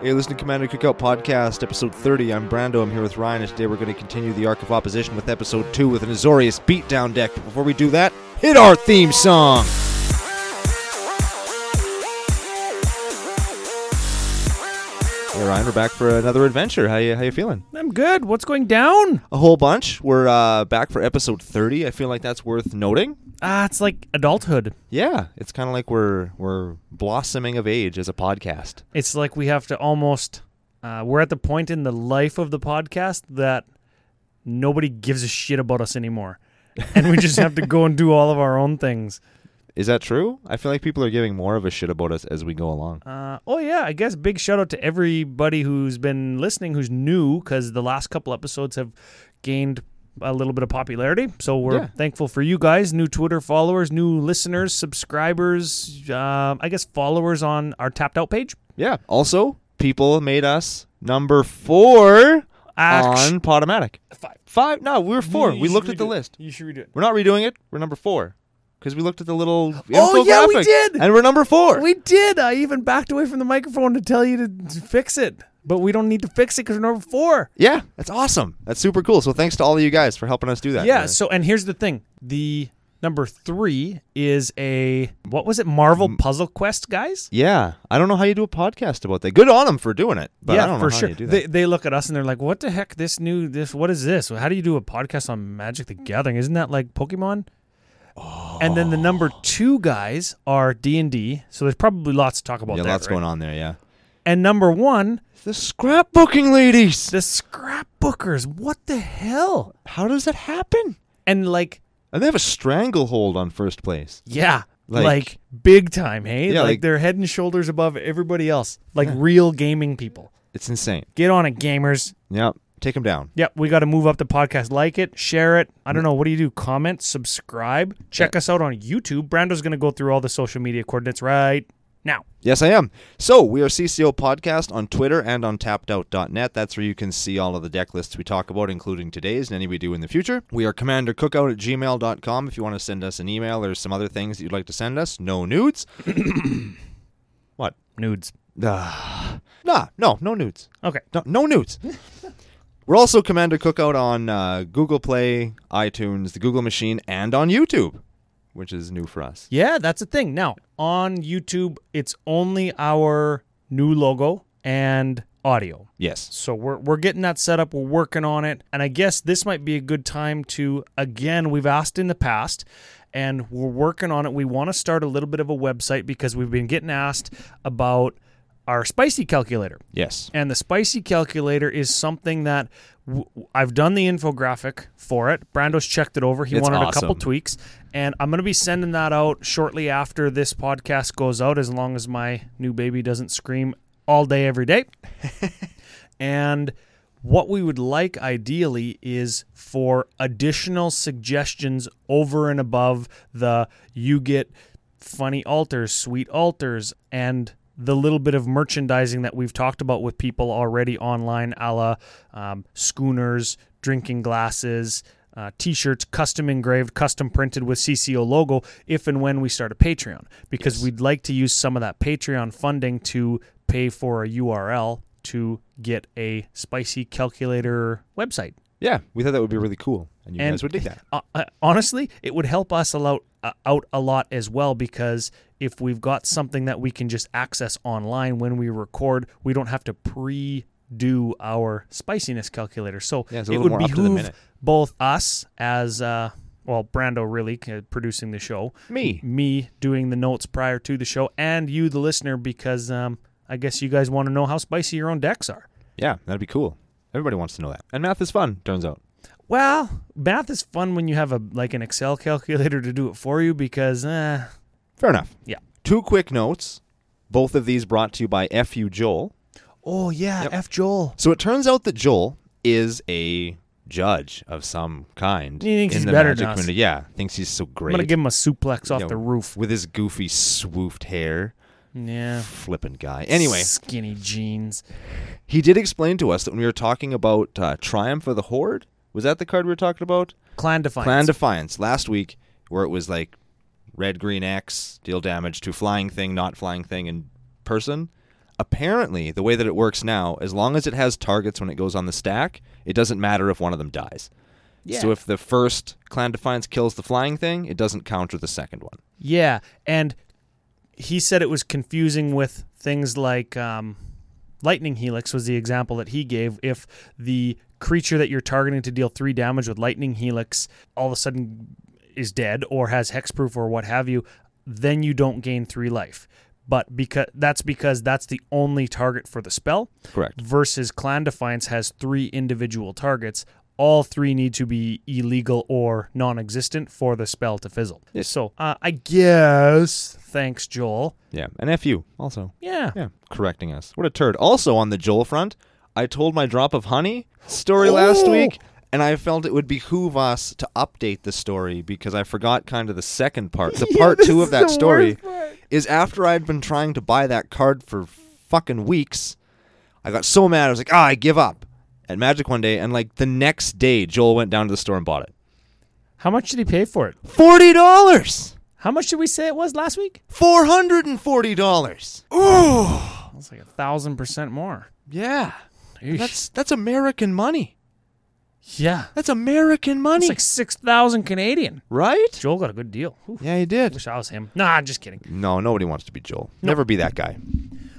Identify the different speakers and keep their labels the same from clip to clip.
Speaker 1: Hey, listen to Commander Cookout Podcast, episode 30. I'm Brando. I'm here with Ryan, and today we're going to continue the Arc of Opposition with episode 2 with an Azorius beatdown deck. But before we do that, hit our theme song! Hey, Ryan, we're back for another adventure. How you, how you feeling?
Speaker 2: I'm good. What's going down?
Speaker 1: A whole bunch. We're uh, back for episode 30. I feel like that's worth noting.
Speaker 2: Ah, it's like adulthood.
Speaker 1: Yeah, it's kind of like we're we're blossoming of age as a podcast.
Speaker 2: It's like we have to almost. Uh, we're at the point in the life of the podcast that nobody gives a shit about us anymore, and we just have to go and do all of our own things.
Speaker 1: Is that true? I feel like people are giving more of a shit about us as we go along.
Speaker 2: Uh, oh yeah, I guess big shout out to everybody who's been listening, who's new, because the last couple episodes have gained a little bit of popularity. So we're
Speaker 1: Yeah.
Speaker 2: thankful for you guys, new Twitter followers, new listeners, subscribers. Um, I guess followers on our tapped out page.
Speaker 1: Yeah. Also, people made us number four
Speaker 2: Act-
Speaker 1: on Podomatic.
Speaker 2: Five.
Speaker 1: Five? No, we were four.
Speaker 2: You
Speaker 1: we
Speaker 2: should
Speaker 1: looked at the
Speaker 2: redo it.
Speaker 1: list.
Speaker 2: You should redo it.
Speaker 1: We're not redoing it. We're number four because we looked at the little.
Speaker 2: Oh, yeah, we
Speaker 1: infographic,
Speaker 2: did!
Speaker 1: And we're number four.
Speaker 2: We did. I even backed away from the microphone to tell you to to fix it, but we don't need to fix it because we're number four.
Speaker 1: yeah, that's awesome. That's super cool. So thanks to all of you guys for helping us do that.
Speaker 2: Yeah. So, and here's the thing: the number three is a what was it? Marvel Puzzle Quest guys.
Speaker 1: yeah. I don't know how you do a podcast about that. Good on them for doing it. But
Speaker 2: yeah,
Speaker 1: I don't know
Speaker 2: for
Speaker 1: how
Speaker 2: sure.
Speaker 1: you do that.
Speaker 2: They they look at us and they're like, "What the heck? This new this what is this? How do you do a podcast on Magic the Gathering? Isn't that like Pokemon?" And then the number
Speaker 1: Oh.
Speaker 2: two guys are D and D, so there's probably lots to talk about.
Speaker 1: yeah,
Speaker 2: there,
Speaker 1: lots
Speaker 2: right?
Speaker 1: going on there. Yeah.
Speaker 2: And number one,
Speaker 1: The scrapbooking ladies.
Speaker 2: the scrapbookers. What the hell?
Speaker 1: How does that happen?
Speaker 2: and like
Speaker 1: And they have a stranglehold on first place.
Speaker 2: yeah
Speaker 1: Like-
Speaker 2: like, big time hey
Speaker 1: Yeah,
Speaker 2: like,
Speaker 1: like-
Speaker 2: they're head and shoulders above everybody else like real gaming people
Speaker 1: It's insane.
Speaker 2: get on it gamers
Speaker 1: Yep. Take them down.
Speaker 2: yep we got to move up the podcast like it share it i don't know what do you do comment subscribe check us out on youtube brando's gonna go through all the social media coordinates right now
Speaker 1: Yes, I am. So we are CCO Podcast on Twitter and on tappedout.net. That's where you can see all of the deck lists we talk about, including today's and any we do in the future. We are commandercookout at gmail.com if you want to send us an email or some other things that you'd like to send us. No nudes. what?
Speaker 2: nudes
Speaker 1: Ah. nah, no, no nudes.
Speaker 2: okay
Speaker 1: No, no nudes. We're also Commander Cookout on uh, Google Play, iTunes, the Google Machine, and on YouTube, which is new for us.
Speaker 2: yeah that's a thing now on youtube it's only our new logo and audio
Speaker 1: Yes.
Speaker 2: So we're we're getting that set up. We're working on it, and I guess this might be a good time to again. We've asked in the past, and we're working on it. We want to start a little bit of a website because we've been getting asked about our spicy calculator,
Speaker 1: Yes.
Speaker 2: and the spicy calculator is something that. W- I've done the infographic for it. Brando's checked it over. He
Speaker 1: It's
Speaker 2: wanted a couple
Speaker 1: awesome.
Speaker 2: tweaks, and I'm going to be sending that out shortly after this podcast goes out, as long as my new baby doesn't scream all day, every day. And what we would like ideally is for additional suggestions over and above the you get funny altars, sweet altars, and the little bit of merchandising that we've talked about with people already online, a la um, schooners, drinking glasses. Uh, t-shirts custom engraved custom printed with cco logo if and when we start a patreon because we'd like to use some of that patreon funding to pay for a url to get a spicy calculator website.
Speaker 1: Yeah, we thought that would be really cool, and you
Speaker 2: And-
Speaker 1: guys would dig that.
Speaker 2: Uh, uh, honestly, it would help us allow, uh, out a lot as well because if we've got something that we can just access online when we record, we don't have to pre do our spiciness calculator. So
Speaker 1: Yeah, it's a
Speaker 2: it
Speaker 1: little
Speaker 2: would
Speaker 1: more up to the
Speaker 2: behoove
Speaker 1: minute.
Speaker 2: both us as uh, well, Brando really uh, producing the show,
Speaker 1: Me.
Speaker 2: me doing the notes prior to the show, and you, the listener, because um, I guess you guys want to know how spicy your own decks are.
Speaker 1: Yeah, that'd be cool. Everybody wants to know that. And math is fun, turns out.
Speaker 2: Well, math is fun when you have a like an Excel calculator to do it for you because eh,
Speaker 1: Fair enough.
Speaker 2: yeah.
Speaker 1: Two quick notes. Both of these brought to you by FU Joel.
Speaker 2: Oh yeah, F Joel.
Speaker 1: So it turns out that Joel is a judge of some kind.
Speaker 2: He thinks
Speaker 1: in
Speaker 2: he's
Speaker 1: the
Speaker 2: better
Speaker 1: magic
Speaker 2: than us.
Speaker 1: community. Yeah, thinks he's so great.
Speaker 2: I'm gonna give him a suplex off
Speaker 1: You know,
Speaker 2: the roof.
Speaker 1: With his goofy, swooped hair.
Speaker 2: Yeah.
Speaker 1: Flippin' guy. Anyway,
Speaker 2: skinny jeans.
Speaker 1: he did explain to us that when we were talking about uh, Triumph of the Horde, was that the card we were talking about?
Speaker 2: Clan defiance.
Speaker 1: Plan Defiance last week, where it was like red, green X, deal damage to flying thing, not flying thing, and person. apparently the way that it works now, as long as it has targets when it goes on the stack, it doesn't matter if one of them dies. So if the first clan defiance kills the flying thing, it doesn't counter the second one.
Speaker 2: Yeah, and he said it was confusing with things like um, lightning helix was the example that he gave. If the creature that you're targeting to deal three damage with lightning helix all of a sudden is dead or has hexproof or what have you, then you don't gain three life. But because that's because that's the only target for the spell
Speaker 1: Correct.
Speaker 2: versus Clan Defiance has three individual targets. All three need to be illegal or non existent for the spell to fizzle.
Speaker 1: Yes.
Speaker 2: So uh, I guess, thanks, Joel.
Speaker 1: Yeah. And F you also.
Speaker 2: Yeah.
Speaker 1: Yeah. Correcting us. What a turd. Also on the Joel front, I told my drop of honey story last
Speaker 2: Oh!
Speaker 1: week, and I felt it would behoove us to update the story because I forgot kind of the second part. The part two of that story is after I'd been trying to buy that card for fucking weeks, I got so mad I was like, ah, I give up at Magic one day, and like the next day Joel went down to the store and bought it.
Speaker 2: How much did he pay for it?
Speaker 1: Forty dollars!
Speaker 2: How much did we say it was last week?
Speaker 1: Four hundred and forty dollars. Ooh
Speaker 2: That's like a thousand percent more.
Speaker 1: Yeah.
Speaker 2: Eesh.
Speaker 1: That's that's American money.
Speaker 2: yeah.
Speaker 1: That's American money,
Speaker 2: That's like 6,000 Canadian.
Speaker 1: right?
Speaker 2: Joel got a good deal. Ooh,
Speaker 1: Yeah, he did.
Speaker 2: wish I was him. Nah, I'm just kidding.
Speaker 1: No, nobody wants to be Joel. Never be that guy.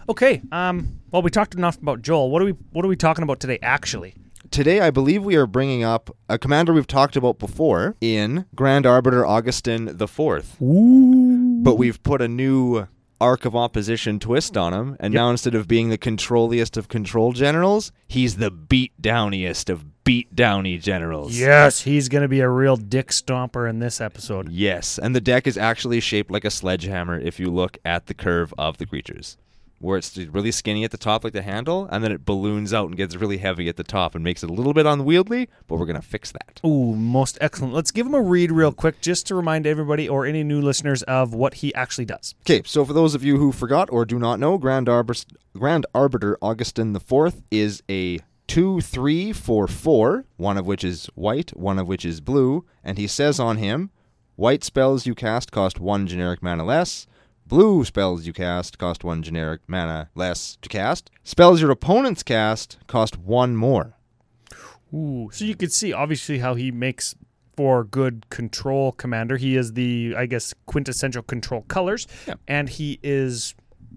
Speaker 2: Okay. Um. Well, we talked enough about Joel. What are we What are we talking about today? Actually,
Speaker 1: Today, I believe we are bringing up a commander we've talked about before in Grand Arbiter Augustin the Fourth, but we've put a new arc of opposition twist on him, and now instead of being the controlliest of control generals, he's the beat downiest of beat downy generals.
Speaker 2: Yes, he's going to be a real dick stomper in this episode.
Speaker 1: Yes, and the deck is actually shaped like a sledgehammer if you look at the curve of the creatures, where it's really skinny at the top, like the handle, and then it balloons out and gets really heavy at the top and makes it a little bit unwieldy, but we're going to fix that.
Speaker 2: Ooh, most excellent. Let's give him a read real quick just to remind everybody or any new listeners of what he actually does.
Speaker 1: Okay, so for those of you who forgot or do not know, Grand, Arbor- Grand Arbiter Augustin IV is a two, three, four, four, one of which is white, one of which is blue, and he says on him, white spells you cast cost one generic mana less, blue spells you cast cost one generic mana less to cast, spells your opponents cast cost one more.
Speaker 2: Ooh, so you could see obviously how he makes for good control commander. He is the I guess quintessential control colors
Speaker 1: Yeah.
Speaker 2: and he is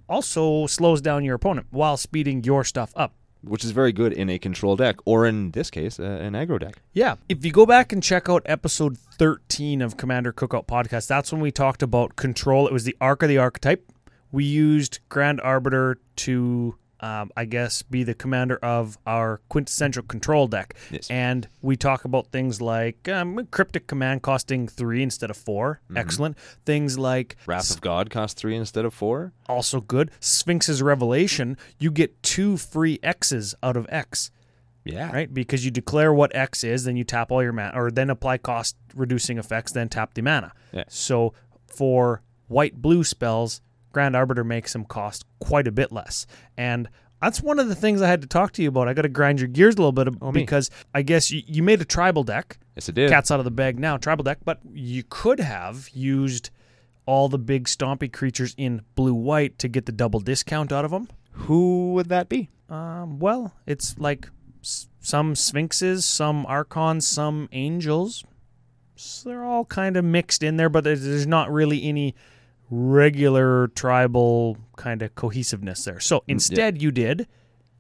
Speaker 2: also slows down your opponent while speeding your stuff up.
Speaker 1: Which is very good in a control deck, or in this case, uh, an aggro deck.
Speaker 2: Yeah. If you go back and check out episode 13 of Commander Cookout Podcast, that's when we talked about control. It was the arc of the archetype. We used Grand Arbiter to, um, I guess, be the commander of our quintessential control deck.
Speaker 1: Yes.
Speaker 2: And we talk about things like um, cryptic command costing three instead of 4 Excellent. Things like
Speaker 1: Mm-hmm. Wrath of God costs three instead of four.
Speaker 2: also good. Sphinx's Revelation. You get two free X's out of X
Speaker 1: Yeah.
Speaker 2: right? Because you declare what X is, then you tap all your mana, or then apply cost reducing effects, then tap the mana.
Speaker 1: Yeah.
Speaker 2: So for white blue spells, Grand Arbiter makes them cost quite a bit less. And that's one of the things I had to talk to you about. I got to grind your gears a little bit uh,
Speaker 1: Oh, me.
Speaker 2: because I guess you, you made a tribal deck.
Speaker 1: Yes, it did.
Speaker 2: Cat's out of the bag now, tribal deck, but you could have used all the big stompy creatures in blue white to get the double discount out of them.
Speaker 1: Who would that be?
Speaker 2: Um, well, it's like s- some sphinxes, some archons, some angels. So they're all kind of mixed in there, but there's, there's not really any regular tribal kind of cohesiveness there.
Speaker 1: Mm,
Speaker 2: So instead, you did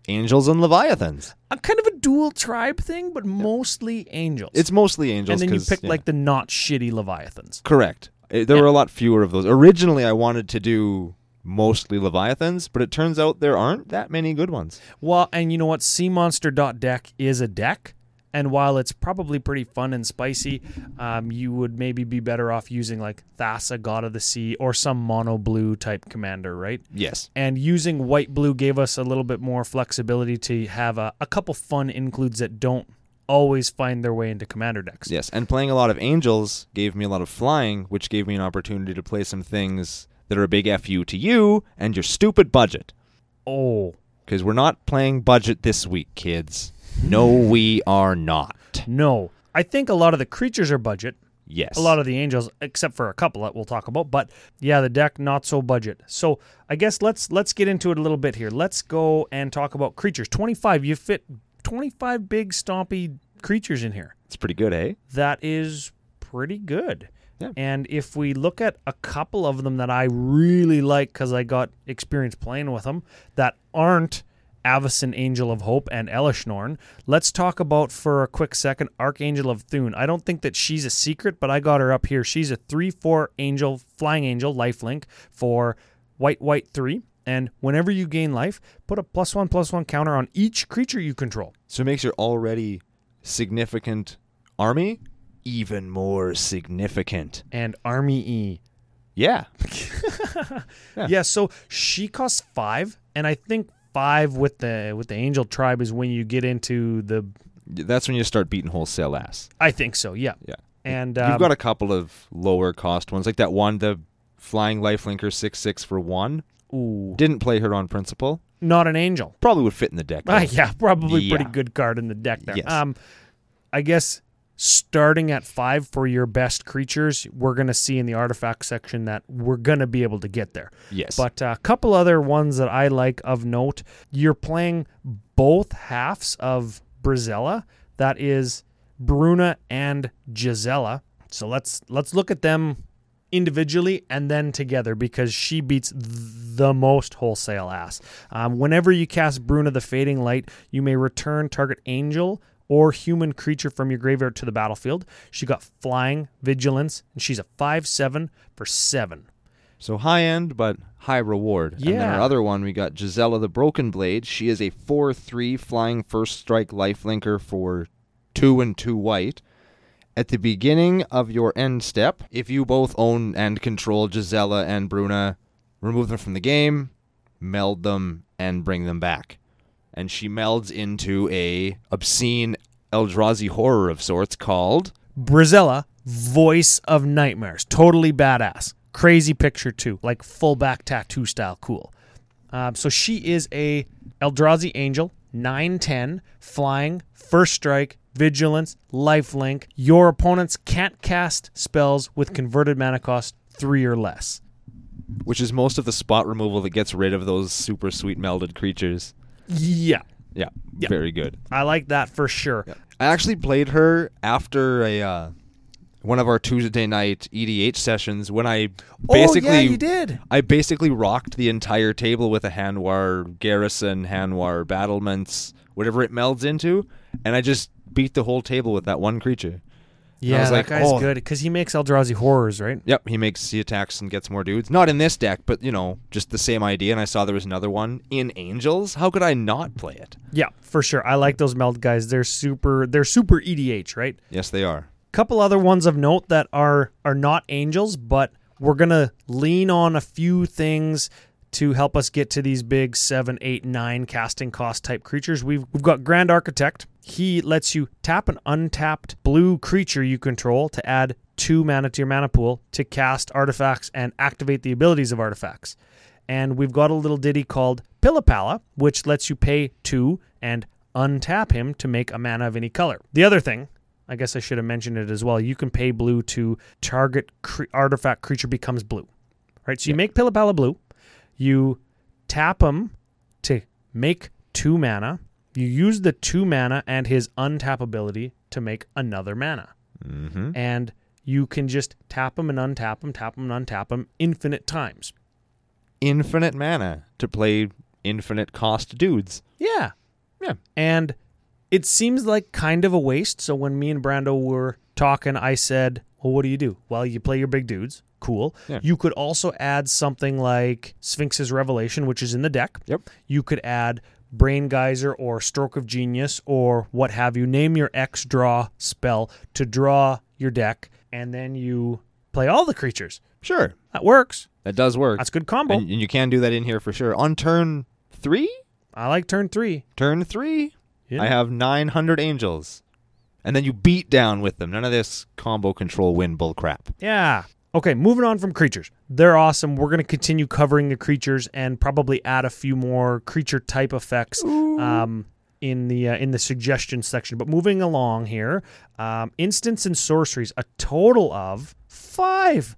Speaker 1: Angels and Leviathans.
Speaker 2: a kind of a dual tribe thing, but mostly angels.
Speaker 1: It's mostly angels.
Speaker 2: and then you
Speaker 1: 'cause-
Speaker 2: picked
Speaker 1: yeah.
Speaker 2: like the not shitty leviathans.
Speaker 1: correct. Uh, There were a lot fewer of those. Originally, I wanted to do mostly Leviathans, but it turns out there aren't that many good ones.
Speaker 2: Well, and you know what? SeaMonster.deck is a deck. And while it's probably pretty fun and spicy, um, you would maybe be better off using like Thassa, God of the Sea, or some mono blue type commander, right?
Speaker 1: Yes.
Speaker 2: And using white blue gave us a little bit more flexibility to have a, a couple fun includes that don't always find their way into commander decks.
Speaker 1: Yes, and playing a lot of angels gave me a lot of flying, which gave me an opportunity to play some things that are a big fu to you and your stupid budget.
Speaker 2: Oh,
Speaker 1: Because we're not playing budget this week, kids. No, we are not.
Speaker 2: no. I think a lot of the creatures are budget.
Speaker 1: Yes.
Speaker 2: a lot of the angels except for a couple that we'll talk about but yeah the deck not so budget so i guess let's let's get into it a little bit here let's go and talk about creatures 25 you fit 25 big stompy creatures in here
Speaker 1: it's pretty good, eh?
Speaker 2: that is pretty good
Speaker 1: Yeah.
Speaker 2: and if we look at a couple of them that i really like because i got experience playing with them that aren't Avison Angel of Hope and Elishnorn. Let's talk about for a quick second Archangel of Thune. I don't think that she's a secret, but I got her up here. She's a 3 4 angel, flying angel, lifelink for white, white 3. And whenever you gain life, put a plus 1 plus 1 counter on each creature you control.
Speaker 1: So it makes your already significant army even more significant.
Speaker 2: And Army E.
Speaker 1: Yeah.
Speaker 2: Yeah. so she costs five, and I think five with the with the angel tribe is when you get into the.
Speaker 1: That's when you start beating wholesale ass.
Speaker 2: I think so. Yeah.
Speaker 1: Yeah.
Speaker 2: And
Speaker 1: You've
Speaker 2: um,
Speaker 1: got a couple of lower cost ones, like that one, the Flying Lifelinker 6 6 for 1.
Speaker 2: ooh,
Speaker 1: Didn't play her on principle.
Speaker 2: not an angel.
Speaker 1: Probably would fit in the deck.
Speaker 2: Ah,
Speaker 1: though.
Speaker 2: yeah, probably
Speaker 1: Yeah.
Speaker 2: pretty good card in the deck there.
Speaker 1: Yes.
Speaker 2: Um, I guess starting at five for your best creatures, we're gonna see in the artifact section that we're gonna be able to get there.
Speaker 1: Yes.
Speaker 2: But a couple other ones that I like of note. You're playing both halves of Brizella. That is Bruna and Gisela. So let's let's look at them individually and then together because she beats th- the most wholesale ass. Um, whenever you cast Bruna the Fading Light, you may return target angel or human creature from your graveyard to the battlefield. She got flying, vigilance, and she's a 5 7 for 7.
Speaker 1: So high end, but high reward. And then
Speaker 2: Yeah.
Speaker 1: our other one, we got Gisela the Broken Blade. She is a 4 3 flying first strike lifelinker for 2 and 2 white. At the beginning of your end step, if you both own and control Gisela and Bruna, remove them from the game, meld them, and bring them back. And she melds into a obscene Eldrazi horror of sorts called
Speaker 2: Brizella, voice of nightmares, totally badass, crazy picture too, like full back tattoo style, cool. Um, so she is a Eldrazi angel, 910, flying, first strike, vigilance, lifelink. Your opponents can't cast spells with converted mana cost three or less.
Speaker 1: which is most of the spot removal that gets rid of those super sweet melded creatures.
Speaker 2: Yeah,
Speaker 1: Yeah,
Speaker 2: Yeah.
Speaker 1: very good.
Speaker 2: I like that for sure.
Speaker 1: I actually played her after a uh, one of our Tuesday night EDH sessions when I basically
Speaker 2: oh, yeah, you did.
Speaker 1: I basically rocked the entire table with a Hanwar garrison, Hanwar battlements, whatever it melds into, and I just beat the whole table with that one creature.
Speaker 2: Yeah,
Speaker 1: was
Speaker 2: that
Speaker 1: like,
Speaker 2: guy's
Speaker 1: oh.
Speaker 2: good because he makes Eldrazi horrors, right?
Speaker 1: Yep, he makes he attacks and gets more dudes. Not in this deck, but you know, just the same idea. And I saw there was another one in Angels. How could I not play it?
Speaker 2: Yeah, for sure. I like those meld guys. They're super. They're super EDH, right?
Speaker 1: Yes, they are.
Speaker 2: Couple other ones of note that are are not angels, but we're gonna lean on a few things to help us get to these big seven, eight, nine casting cost type creatures. We've we've got Grand Architect. He lets you tap an untapped blue creature you control to add two mana to your mana pool to cast artifacts and activate the abilities of artifacts and we've got a little ditty called Pilipala, which lets you pay two and untap him to make a mana of any color. The other thing, I guess I should have mentioned it as well, you can pay blue to target cre- artifact creature becomes blue. Right? So you make Pilipala blue, you tap him to make two mana, you use the two mana and his untap ability to make another mana
Speaker 1: Mm-hmm.
Speaker 2: and you can just tap him and untap him, tap him and untap him infinite times.
Speaker 1: Infinite mana to play infinite cost dudes.
Speaker 2: Yeah.
Speaker 1: Yeah.
Speaker 2: And it seems like kind of a waste. So when me and Brando were talking, I said, Well, what do you do? Well, you play your big dudes. Cool.
Speaker 1: Yeah.
Speaker 2: You could also add something like Sphinx's Revelation, which is in the deck.
Speaker 1: Yep.
Speaker 2: You could add Brain Geyser or Stroke of Genius or what have you. Name your X draw spell to draw your deck, and then you play all the creatures.
Speaker 1: Sure,
Speaker 2: That works.
Speaker 1: that does work.
Speaker 2: That's good combo.
Speaker 1: and, and you can do that in here for sure. On turn three,
Speaker 2: I like turn three.
Speaker 1: turn three,
Speaker 2: Yeah.
Speaker 1: I have 900 angels. And then you beat down with them. None of this combo control win bull crap.
Speaker 2: Yeah. Okay, moving on from creatures. They're awesome. We're going to continue covering the creatures and probably add a few more creature type effects um, in the uh, in the suggestion section. But moving along here, um, instants and sorceries, a total of five,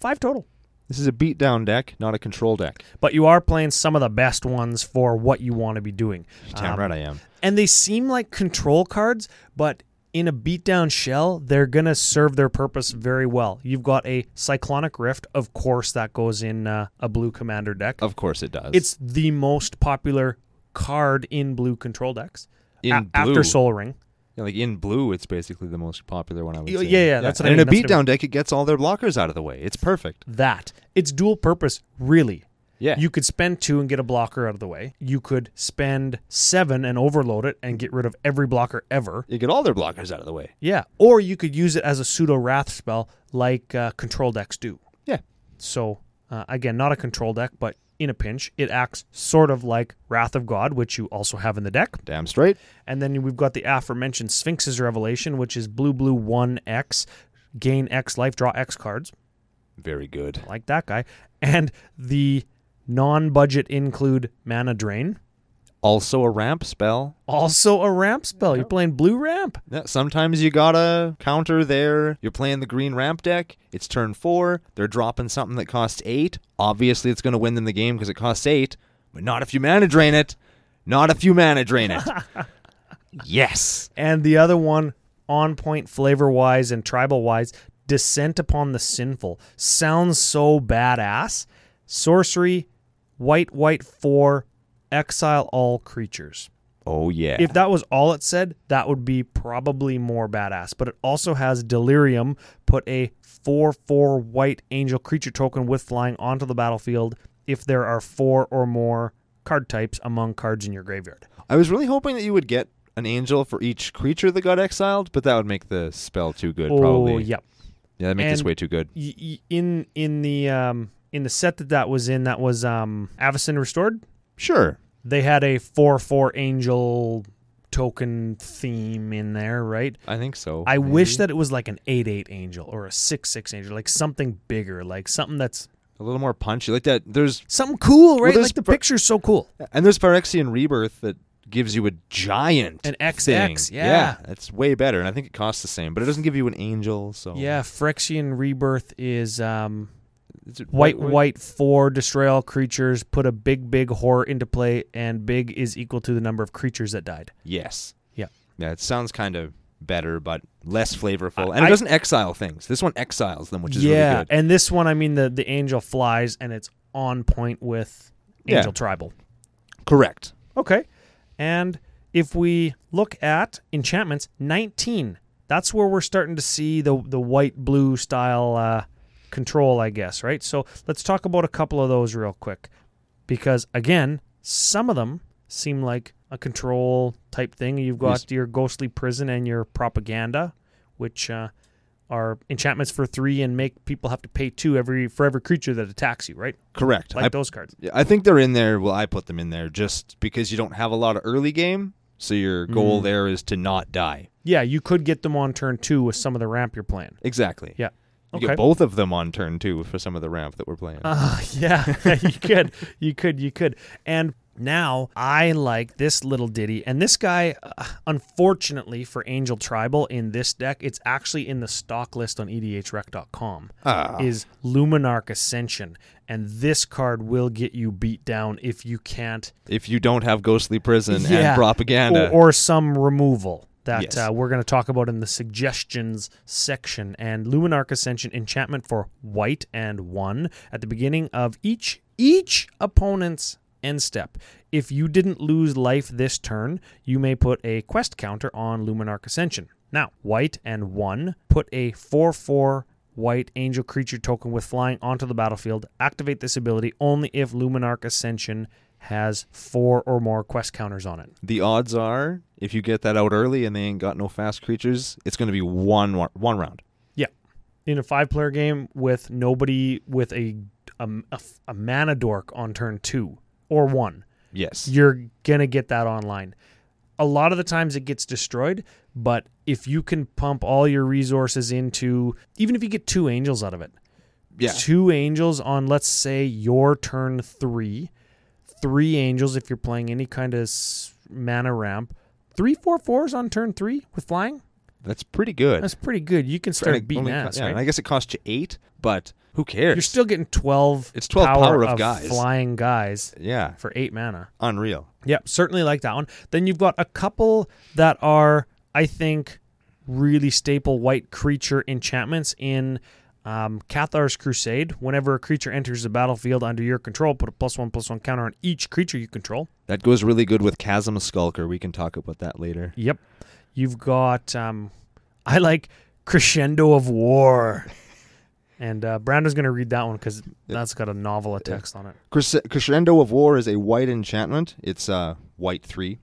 Speaker 2: five total.
Speaker 1: This is a beatdown deck, not a control deck.
Speaker 2: But you are playing some of the best ones for what you want to be doing.
Speaker 1: Damn
Speaker 2: Um,
Speaker 1: right I am.
Speaker 2: and they seem like control cards, but in a beatdown shell, they're gonna serve their purpose very well. You've got a Cyclonic Rift, of course, that goes in uh, a blue commander deck.
Speaker 1: Of course it does.
Speaker 2: It's the most popular card in blue control decks
Speaker 1: in
Speaker 2: a-
Speaker 1: blue.
Speaker 2: after Soul Ring.
Speaker 1: Yeah, like in blue, it's basically the most popular one I would
Speaker 2: Yeah,
Speaker 1: say.
Speaker 2: yeah, yeah, that's what I
Speaker 1: and
Speaker 2: mean, that's
Speaker 1: in a
Speaker 2: what I
Speaker 1: beatdown deck, it gets all their blockers out of the way. It's perfect.
Speaker 2: That it's dual purpose, really.
Speaker 1: Yeah.
Speaker 2: You could spend two and get a blocker out of the way. You could spend seven and overload it and get rid of every blocker ever.
Speaker 1: you get all their blockers out of the way.
Speaker 2: Yeah, or you could use it as a pseudo wrath spell like uh, control decks do.
Speaker 1: Yeah.
Speaker 2: So uh, again, not a control deck, but in a pinch, it acts sort of like Wrath of God, which you also have in the deck.
Speaker 1: Damn straight.
Speaker 2: And then we've got the aforementioned Sphinx's Revelation, which is blue blue one X, gain X life, draw X cards,
Speaker 1: Very good.
Speaker 2: like that guy. And the non-budget include mana drain,
Speaker 1: Also a ramp spell.
Speaker 2: also a ramp spell. You're playing blue ramp.
Speaker 1: Yeah, sometimes you gotta counter there. You're playing the green ramp deck. It's turn four. They're dropping something that costs eight. Obviously, it's gonna win them the game because it costs eight. But not if you mana drain it. Not if you mana drain it. yes.
Speaker 2: And the other one, on point flavor wise and tribal wise, Descent Upon the Sinful. Sounds so badass. Sorcery, white, white, four, exile all creatures.
Speaker 1: Oh yeah.
Speaker 2: If that was all it said, that would be probably more badass. But it also has Delirium put a 4 4 white angel creature token with flying onto the battlefield if there are four or more card types among cards in your graveyard.
Speaker 1: I was really hoping that you would get an angel for each creature that got exiled, but that would make the spell too good.
Speaker 2: Oh,
Speaker 1: probably.
Speaker 2: yep.
Speaker 1: Yeah, that'd make this
Speaker 2: And-
Speaker 1: way too good.
Speaker 2: y- y- in in the um in the set that that was in that was um Avacyn restored
Speaker 1: Sure.
Speaker 2: they had a 4-4 angel token theme in there right
Speaker 1: I think so.
Speaker 2: i
Speaker 1: maybe.
Speaker 2: wish that it was like an 8-8 angel or a 6-6 angel like something bigger like something that's
Speaker 1: a little more punchy like that. There's
Speaker 2: something cool right
Speaker 1: there's Oh,
Speaker 2: like the
Speaker 1: per-
Speaker 2: picture's so cool
Speaker 1: and there's Phyrexian Rebirth that gives you a giant
Speaker 2: an
Speaker 1: thing.
Speaker 2: xx yeah
Speaker 1: yeah, that's way better, and I think it costs the same, but it doesn't give you an angel. So
Speaker 2: yeah Phyrexian rebirth is um
Speaker 1: Is it
Speaker 2: White, white, four, destroy all creatures, put a big, big horror into play, and big is equal to the number of creatures that died.
Speaker 1: Yes.
Speaker 2: Yeah.
Speaker 1: Yeah, it sounds kind of better, but less flavorful,
Speaker 2: I-
Speaker 1: and it
Speaker 2: I-
Speaker 1: doesn't exile things. This one exiles them, which is
Speaker 2: yeah,
Speaker 1: really good.
Speaker 2: and this one, I mean, the the angel flies, and it's on point with
Speaker 1: Yeah.
Speaker 2: Angel Tribal.
Speaker 1: Correct.
Speaker 2: Okay, and if we look at enchantments, nineteen. That's where we're starting to see the the white blue style uh, control, I guess. Right. So let's talk about a couple of those real quick, because again, some of them seem like a control type thing. You've got
Speaker 1: Yes.
Speaker 2: your ghostly prison and your propaganda, which. Uh, are enchantments for three and make people have to pay two every for every creature that attacks you, right?
Speaker 1: Correct.
Speaker 2: Like
Speaker 1: I-
Speaker 2: those cards.
Speaker 1: Yeah, I think they're in there. Well, I put them in there just because you don't have a lot of early game, so your goal
Speaker 2: Mm.
Speaker 1: there is to not die.
Speaker 2: Yeah, you could get them on turn two with some of the ramp you're playing.
Speaker 1: Exactly.
Speaker 2: Yeah.
Speaker 1: You
Speaker 2: Okay.
Speaker 1: get both of them on turn two for some of the ramp that we're playing.
Speaker 2: Uh, yeah, you could, you could, you could. And now I like this little ditty. And this guy, uh, unfortunately for Angel Tribal in this deck, it's actually in the stock list on E edhrec.com.
Speaker 1: Ah.
Speaker 2: Is Luminarch Ascension, and this card will get you beat down if you can't
Speaker 1: if you don't have ghostly prison
Speaker 2: Yeah.
Speaker 1: and propaganda,
Speaker 2: or, or some removal that
Speaker 1: Yes.
Speaker 2: uh, we're going to talk about in the suggestions section. And Luminarch Ascension enchantment for white and one at the beginning of each each opponent's end step. If you didn't lose life this turn, you may put a quest counter on Luminarch Ascension. Now, white and one put a four four white angel creature token with flying onto the battlefield. Activate this ability only if Luminarch Ascension has four or more quest counters on it.
Speaker 1: the odds are if you get that out early and they ain't got no fast creatures, it's going to be one wa- one round.
Speaker 2: Yeah, in a five-player game with nobody with a a, a f- a mana dork on turn two or one,
Speaker 1: Yes.
Speaker 2: you're gonna get that online. A lot of the times it gets destroyed, but if you can pump all your resources into, even if you get two angels out of it,
Speaker 1: yeah.
Speaker 2: two angels on let's say your turn three, three angels if you're playing any kind of s- mana ramp. Three four fours on turn three with flying.
Speaker 1: That's pretty good.
Speaker 2: That's pretty good. You can
Speaker 1: For any-
Speaker 2: start beating
Speaker 1: only co-
Speaker 2: ass,
Speaker 1: yeah, and
Speaker 2: right?
Speaker 1: I guess it costs you eight, but who cares?
Speaker 2: You're still getting twelve.
Speaker 1: It's 12 power of guys.
Speaker 2: flying guys
Speaker 1: yeah,
Speaker 2: for eight mana.
Speaker 1: unreal.
Speaker 2: Yep, certainly like that one. Then you've got a couple that are, I think, really staple white creature enchantments in um, Cathar's Crusade. Whenever a creature enters the battlefield under your control, put a plus one plus one counter on each creature you control.
Speaker 1: That goes really good with Chasm Skulker. We can talk about that later.
Speaker 2: Yep, you've got. Um, I like Crescendo of War, and uh, Brandon's going to read that one because that's got a novel of text on it.
Speaker 1: Cres- Crescendo of War is a white enchantment. It's uh, white three.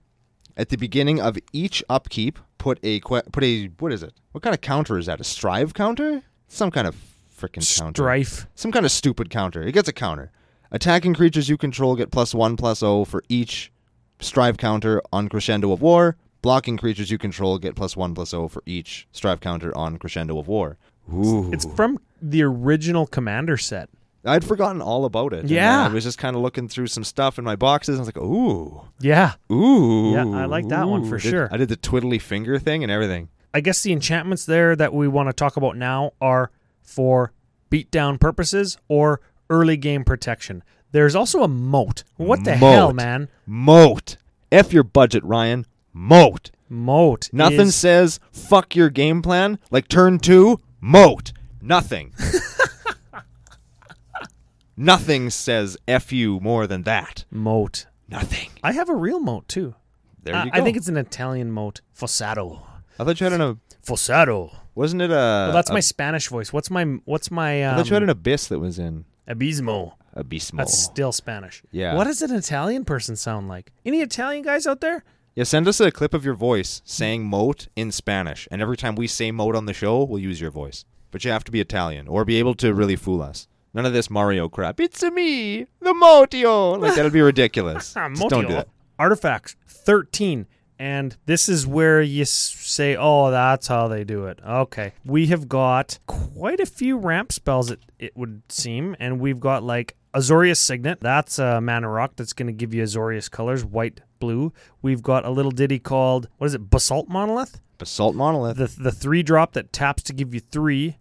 Speaker 1: At the beginning of each upkeep, put a que- put a what is it? What kind of counter is that? A strive counter? Some kind of freaking counter.
Speaker 2: Strife.
Speaker 1: Some kind of stupid counter. It gets a counter. Attacking creatures you control get plus one plus O for each strive counter on Crescendo of War. Blocking creatures you control get plus one plus O for each strive counter on Crescendo of War. Ooh.
Speaker 2: It's from the original Commander set.
Speaker 1: I'd forgotten all about it. and, uh,
Speaker 2: Yeah.
Speaker 1: I was just kind of looking through some stuff in my boxes. And I was like, ooh.
Speaker 2: Yeah.
Speaker 1: Ooh.
Speaker 2: Yeah, I like that one for
Speaker 1: Did-
Speaker 2: sure.
Speaker 1: I did the twiddly finger thing and everything.
Speaker 2: I guess the enchantments there that we want to talk about now are for beatdown purposes or early game protection. There's also a moat. What the
Speaker 1: Moat.
Speaker 2: hell, man?
Speaker 1: Moat. F your budget, Ryan. Moat.
Speaker 2: Moat.
Speaker 1: Nothing
Speaker 2: is-
Speaker 1: says fuck your game plan like turn two, moat. Nothing. Nothing says F you more than that.
Speaker 2: moat.
Speaker 1: Nothing.
Speaker 2: I have a real moat too.
Speaker 1: There
Speaker 2: I-
Speaker 1: you go.
Speaker 2: I think it's an Italian moat. Fossato.
Speaker 1: I thought you had an. Uh,
Speaker 2: Fossato.
Speaker 1: wasn't it a. Well,
Speaker 2: Well, that's my Spanish voice. What's my what's my
Speaker 1: I
Speaker 2: um,
Speaker 1: thought you had an abyss that was in.
Speaker 2: abismo?
Speaker 1: Abismo.
Speaker 2: That's still Spanish.
Speaker 1: Oh. Yeah.
Speaker 2: What does an Italian person sound like? Any Italian guys out there?
Speaker 1: Yeah, send us a clip of your voice saying moat in Spanish. And every time we say moat on the show, we'll use your voice. But you have to be Italian or be able to really fool us. None of this Mario crap. It's a me, the Motio. Like, that'll be ridiculous.
Speaker 2: Ah,
Speaker 1: Just don't do
Speaker 2: Motio.
Speaker 1: that.
Speaker 2: Artifacts 13. And this is where you s- say, oh, that's how they do it. Okay. We have got quite a few ramp spells, it, it would seem. And we've got like Azorius Signet. That's a mana rock that's going to give you Azorius colors, white, blue. We've got a little ditty called, what is it, Basalt Monolith?
Speaker 1: Basalt Monolith.
Speaker 2: The, the three drop that taps to give you three.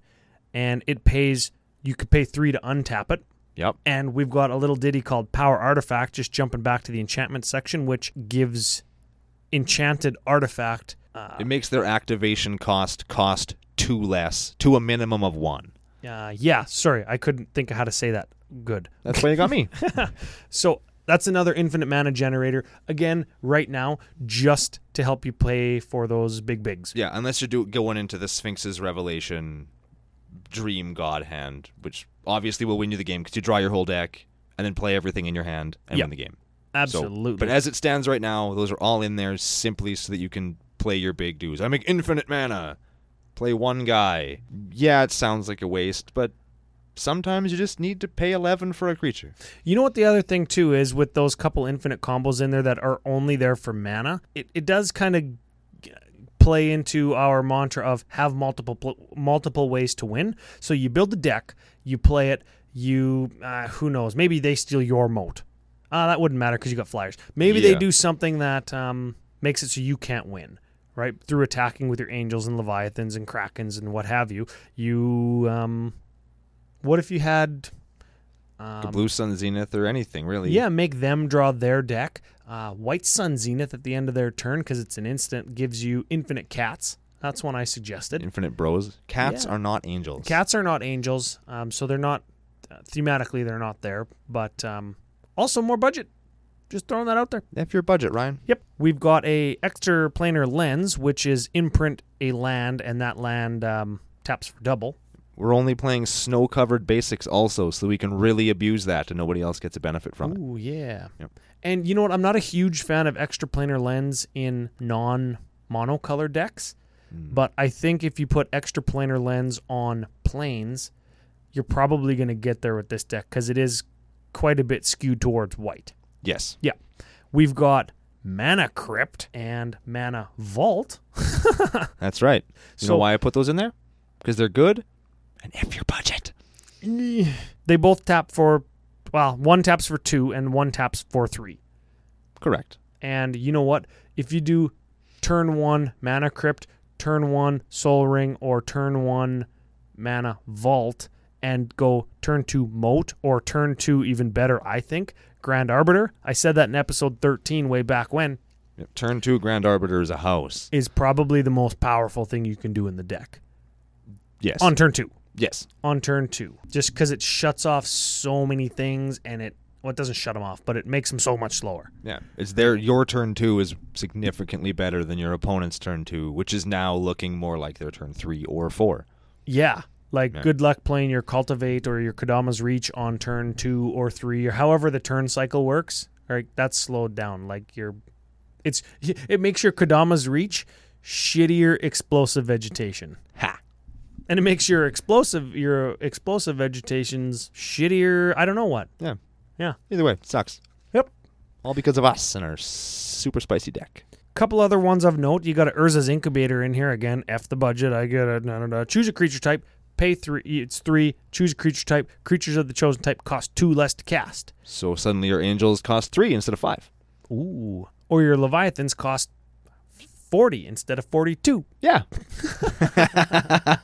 Speaker 2: And it pays, you could pay three to untap it.
Speaker 1: yep.
Speaker 2: And we've got a little ditty called Power Artifact, just jumping back to the enchantment section, which gives enchanted artifact. Uh,
Speaker 1: It makes their activation cost cost two less to a minimum of one.
Speaker 2: uh, yeah, sorry, I couldn't think of how to say that. Good.
Speaker 1: That's why you got me.
Speaker 2: So that's another infinite mana generator. Again, right now, just to help you play for those big bigs.
Speaker 1: yeah, unless you're do- going into the Sphinx's Revelation Dream God hand, which obviously will win you the game because you draw your whole deck and then play everything in your hand and
Speaker 2: Yeah.
Speaker 1: win the game. So-
Speaker 2: Absolutely.
Speaker 1: but as it stands right now, those are all in there simply so that you can play your big dudes. I make infinite mana. Play one guy. Yeah, it sounds like a waste, but sometimes you just need to pay 11 for a creature.
Speaker 2: You know what the other thing too is with those couple infinite combos in there that are only there for mana, it, it does kind of play into our mantra of have multiple pl- multiple ways to win. So you build the deck, you play it, you uh, who knows, maybe they steal your moat. Uh, that wouldn't matter because you got flyers. Maybe they
Speaker 1: Yeah.
Speaker 2: do something that um, makes it so you can't win, right? Through attacking with your angels and leviathans and krakens and what have you. You, um, what if you had um,
Speaker 1: the Blue Sun Zenith or anything, really.
Speaker 2: yeah, make them draw their deck. Uh, White Sun Zenith at the end of their turn because it's an instant gives you infinite cats. That's one I suggested.
Speaker 1: Infinite Bros. Cats
Speaker 2: Yeah.
Speaker 1: are not angels.
Speaker 2: Cats are not angels, um, so they're not uh, thematically they're not there. But um, also more budget. Just throwing that out there.
Speaker 1: F your budget, Ryan.
Speaker 2: Yep, we've got a extraplanar lens, which is imprint a land, and that land um, taps for double.
Speaker 1: We're only playing snow covered basics also, so we can really abuse that and nobody else gets a benefit from it.
Speaker 2: Ooh, yeah.
Speaker 1: Yep.
Speaker 2: And you know what? I'm not a huge fan of extraplanar lens in non monocolor decks, but I think if you put extraplanar lens on planes, you're probably going to get there with this deck because it is quite a bit skewed towards white.
Speaker 1: Yes.
Speaker 2: Yeah. We've got Mana Crypt and Mana Vault.
Speaker 1: That's right. You know
Speaker 2: So-
Speaker 1: why I put those in there? Because they're good and F your budget.
Speaker 2: They both tap for, well, one taps for two and one taps for three.
Speaker 1: Correct.
Speaker 2: And you know what? If you do turn one mana crypt, turn one soul ring, or turn one mana vault, and go turn two moat, or turn two, even better, I think, Grand Arbiter. I said that in episode 13 way back when,
Speaker 1: Yep, Turn two Grand Arbiter is a house.
Speaker 2: is probably the most powerful thing you can do in the deck
Speaker 1: Yes.
Speaker 2: on turn two.
Speaker 1: yes.
Speaker 2: on turn two, just because it shuts off so many things and it well, it doesn't shut them off, but it makes them so much slower.
Speaker 1: Yeah. It's their your turn two is significantly better than your opponent's turn two, which is now looking more like their turn three or four.
Speaker 2: Yeah, like
Speaker 1: Yeah.
Speaker 2: good luck playing your cultivate or your Kadama's reach on turn two or three or however the turn cycle works. Right, that's slowed down. Like your, it's it makes your Kadama's reach shittier explosive vegetation.
Speaker 1: Ha.
Speaker 2: and it makes your explosive your explosive vegetations shittier. I don't know what.
Speaker 1: Yeah.
Speaker 2: Yeah.
Speaker 1: Either way, sucks.
Speaker 2: Yep.
Speaker 1: All because of us and our super spicy deck.
Speaker 2: couple other ones of note. You got a Urza's Incubator in here again. F the budget. I get it. No, no, no. Choose a creature type. Pay three. It's three. Choose a creature type. Creatures of the chosen type cost two less to cast.
Speaker 1: So suddenly your angels cost three instead of five.
Speaker 2: Ooh. Or your Leviathans cost forty instead of forty-two.
Speaker 1: Yeah.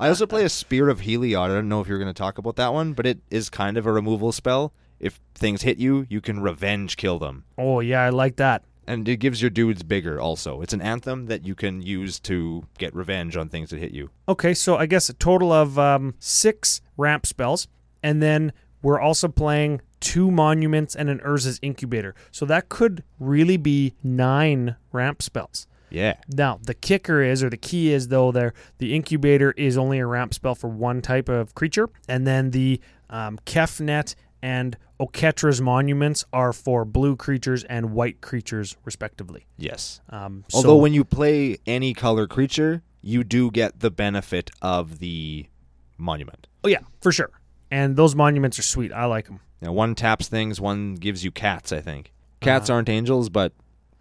Speaker 1: I also play a Spear of Heliod. I don't know if you're going to talk about that one, but it is kind of a removal spell. If things hit you, you can revenge kill them.
Speaker 2: Oh yeah, I like that.
Speaker 1: And it gives your dudes bigger also. It's an anthem that you can use to get revenge on things that hit you.
Speaker 2: Okay, so I guess a total of um, six ramp spells, and then we're also playing two monuments and an Urza's Incubator. So that could really be nine ramp spells.
Speaker 1: Yeah.
Speaker 2: Now, the kicker is, or the key is, though, there the incubator is only a ramp spell for one type of creature, and then the um, Kefnet and Oketra's monuments are for blue creatures and white creatures, respectively.
Speaker 1: Yes.
Speaker 2: Um, so-
Speaker 1: Although when you play any color creature, you do get the benefit of the monument.
Speaker 2: oh yeah, for sure. And those monuments are sweet. I like them.
Speaker 1: Now, one taps things, one gives you cats, I think. Cats
Speaker 2: Uh-huh.
Speaker 1: aren't angels, but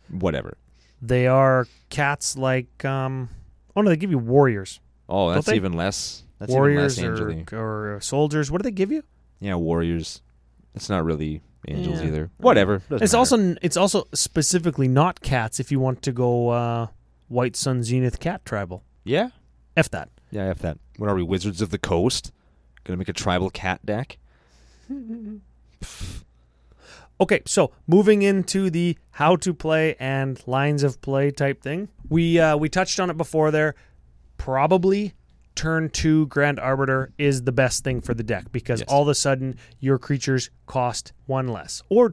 Speaker 1: whatever.
Speaker 2: They are cats like. Um, oh no, they give you warriors,
Speaker 1: Oh, that's
Speaker 2: they-
Speaker 1: even less. That's
Speaker 2: warriors
Speaker 1: even less angel-y.
Speaker 2: or, or soldiers. What do they give you?
Speaker 1: Yeah, warriors. It's not really angels
Speaker 2: Yeah.
Speaker 1: either. Whatever. doesn't
Speaker 2: It's
Speaker 1: matter.
Speaker 2: also it's also specifically not cats. If you want to go uh, White Sun Zenith Cat Tribal,
Speaker 1: yeah,
Speaker 2: f that.
Speaker 1: yeah. If that. What are we, Wizards of the Coast? Gonna make a tribal cat deck.
Speaker 2: Okay, so moving into the how to play and lines of play type thing. We uh, we touched on it before there. Probably turn 2 Grand Arbiter is the best thing for the deck because
Speaker 1: Yes.
Speaker 2: all of a sudden your creatures cost one less or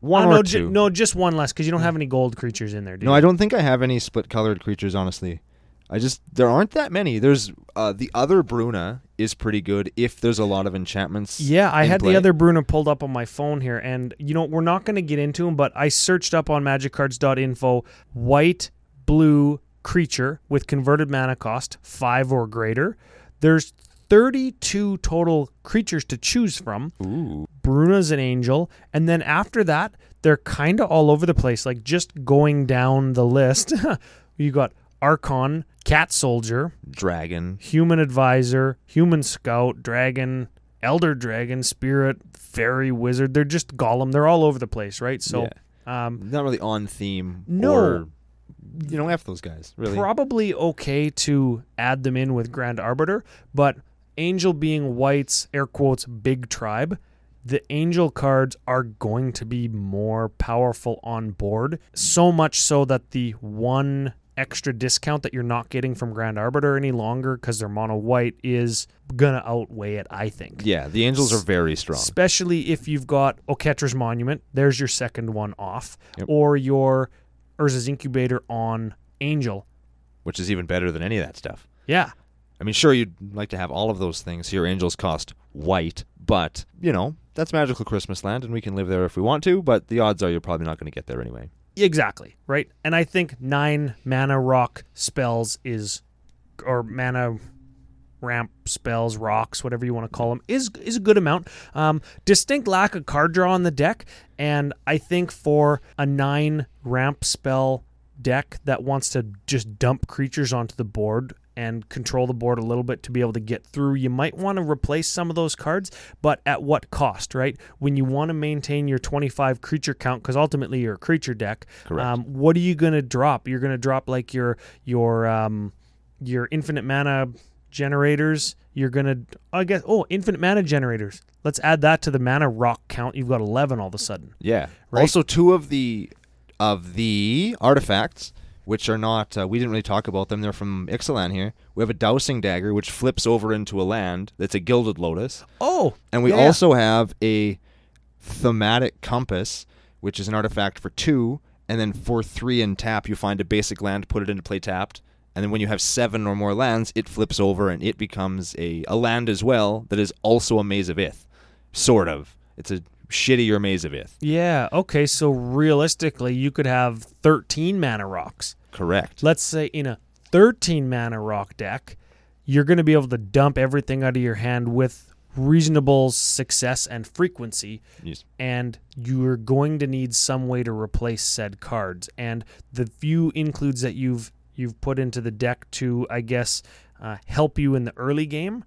Speaker 1: One
Speaker 2: Uh,
Speaker 1: or
Speaker 2: no, ju-
Speaker 1: two.
Speaker 2: no, just one less because you don't have any gold creatures in there. Do
Speaker 1: No,
Speaker 2: you?
Speaker 1: I don't think I have any split colored creatures, honestly. I just there aren't that many. There's uh, the other Bruna is pretty good if there's a lot of enchantments.
Speaker 2: Yeah, I
Speaker 1: in
Speaker 2: had
Speaker 1: play.
Speaker 2: the other Bruno pulled up on my phone here, and you know we're not going to get into them, but I searched up on MagicCards.info white blue creature with converted mana cost five or greater. There's 32 total creatures to choose from.
Speaker 1: Ooh.
Speaker 2: Bruna's an angel, and then after that, they're kind of all over the place. Like just going down the list, you got Archon, Cat Soldier,
Speaker 1: Dragon.
Speaker 2: human advisor, human scout, dragon, elder dragon, spirit, fairy, wizard. They're just golem. They're all over the place, right? So, um,
Speaker 1: Not really on theme.
Speaker 2: No.
Speaker 1: Or, you don't have those guys really.
Speaker 2: probably okay to add them in with Grand Arbiter, but angel being white's air quotes big tribe. The angel cards are going to be more powerful on board, so much so that the one extra discount that you're not getting from Grand Arbiter any longer because they're mono white is gonna outweigh it, I think.
Speaker 1: yeah, the angels are very strong.
Speaker 2: Especially if you've got Oketra's Monument, there's your second one off,
Speaker 1: Yep.
Speaker 2: or your Urza's Incubator on Angel.
Speaker 1: which is even better than any of that stuff.
Speaker 2: Yeah,
Speaker 1: I mean, sure, you'd like to have all of those things. Your angels cost white, but, you know, that's magical Christmas land, and we can live there if we want to, but the odds are you're probably not going to get there anyway.
Speaker 2: exactly, right? And I think nine mana rock spells is, or mana ramp spells, rocks, whatever you want to call them, is is a good amount. Um, distinct lack of card draw on the deck, and I think for a nine ramp spell deck that wants to just dump creatures onto the board and control the board a little bit to be able to get through. You might want to replace some of those cards, but at what cost, right? When you want to maintain your 25 creature count, because ultimately you're a creature deck,
Speaker 1: Correct.
Speaker 2: Um, what are you going to drop? You're going to drop like your your um, your infinite mana generators. You're going to, I guess, oh, infinite mana generators. Let's add that to the mana rock count. You've got 11 all of a sudden.
Speaker 1: Yeah.
Speaker 2: Right?
Speaker 1: Also, two of the of the artifacts, which are not, uh, we didn't really talk about them. They're from Ixalan here. We have a Dowsing Dagger, which flips over into a land that's a Gilded Lotus,
Speaker 2: Oh,
Speaker 1: and we
Speaker 2: yeah.
Speaker 1: also have a Thematic Compass, which is an artifact for two, and then for three and tap, you find a basic land, put it into play tapped. And then when you have seven or more lands, it flips over and it becomes a, a land as well that is also a Maze of Ith. Sort of. It's a shittier Maze of Ith.
Speaker 2: Yeah. Okay. So realistically, you could have 13 mana rocks.
Speaker 1: Correct.
Speaker 2: Let's say in a 13 mana rock deck, you're going to be able to dump everything out of your hand with reasonable success and frequency.
Speaker 1: Yes.
Speaker 2: And you're going to need some way to replace said cards. And the few includes that you've you've put into the deck to, I guess, uh, help you in the early game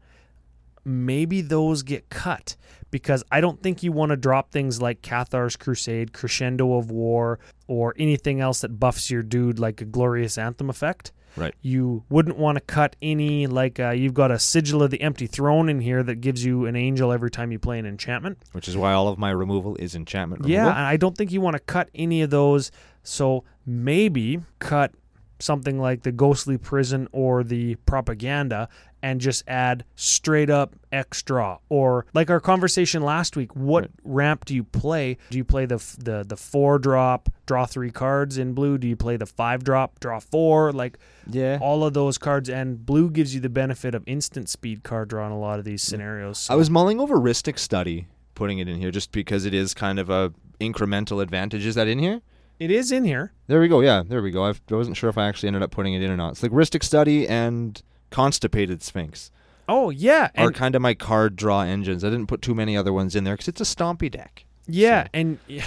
Speaker 2: maybe those get cut because I don't think you want to drop things like Cathar's Crusade, Crescendo of War, or anything else that buffs your dude like a Glorious Anthem effect.
Speaker 1: Right.
Speaker 2: You wouldn't want to cut any, like, uh, you've got a Sigil of the Empty Throne in here that gives you an angel every time you play an enchantment.
Speaker 1: Which is why all of my removal is enchantment
Speaker 2: Yeah,
Speaker 1: removal.
Speaker 2: and I don't think you want to cut any of those. So maybe cut something like the Ghostly Prison or the Propaganda and just add straight up extra or like our conversation last week what
Speaker 1: Right.
Speaker 2: ramp do you play do you play the f- the the 4 drop draw 3 cards in blue do you play the 5 drop draw 4 like
Speaker 1: Yeah.
Speaker 2: all of those cards and blue gives you the benefit of instant speed card draw in a lot of these scenarios so
Speaker 1: I was mulling over Ristic Study, putting it in here just because it is kind of a incremental advantage. Is that in here?
Speaker 2: it is in here
Speaker 1: There we go. Yeah, there we go. I've, I wasn't sure if I actually ended up putting it in or not. It's like Ristic Study and Constipated Sphinx
Speaker 2: oh yeah
Speaker 1: are kind of my card draw engines. I didn't put too many other ones in there because it's a stompy deck.
Speaker 2: Yeah, and yeah,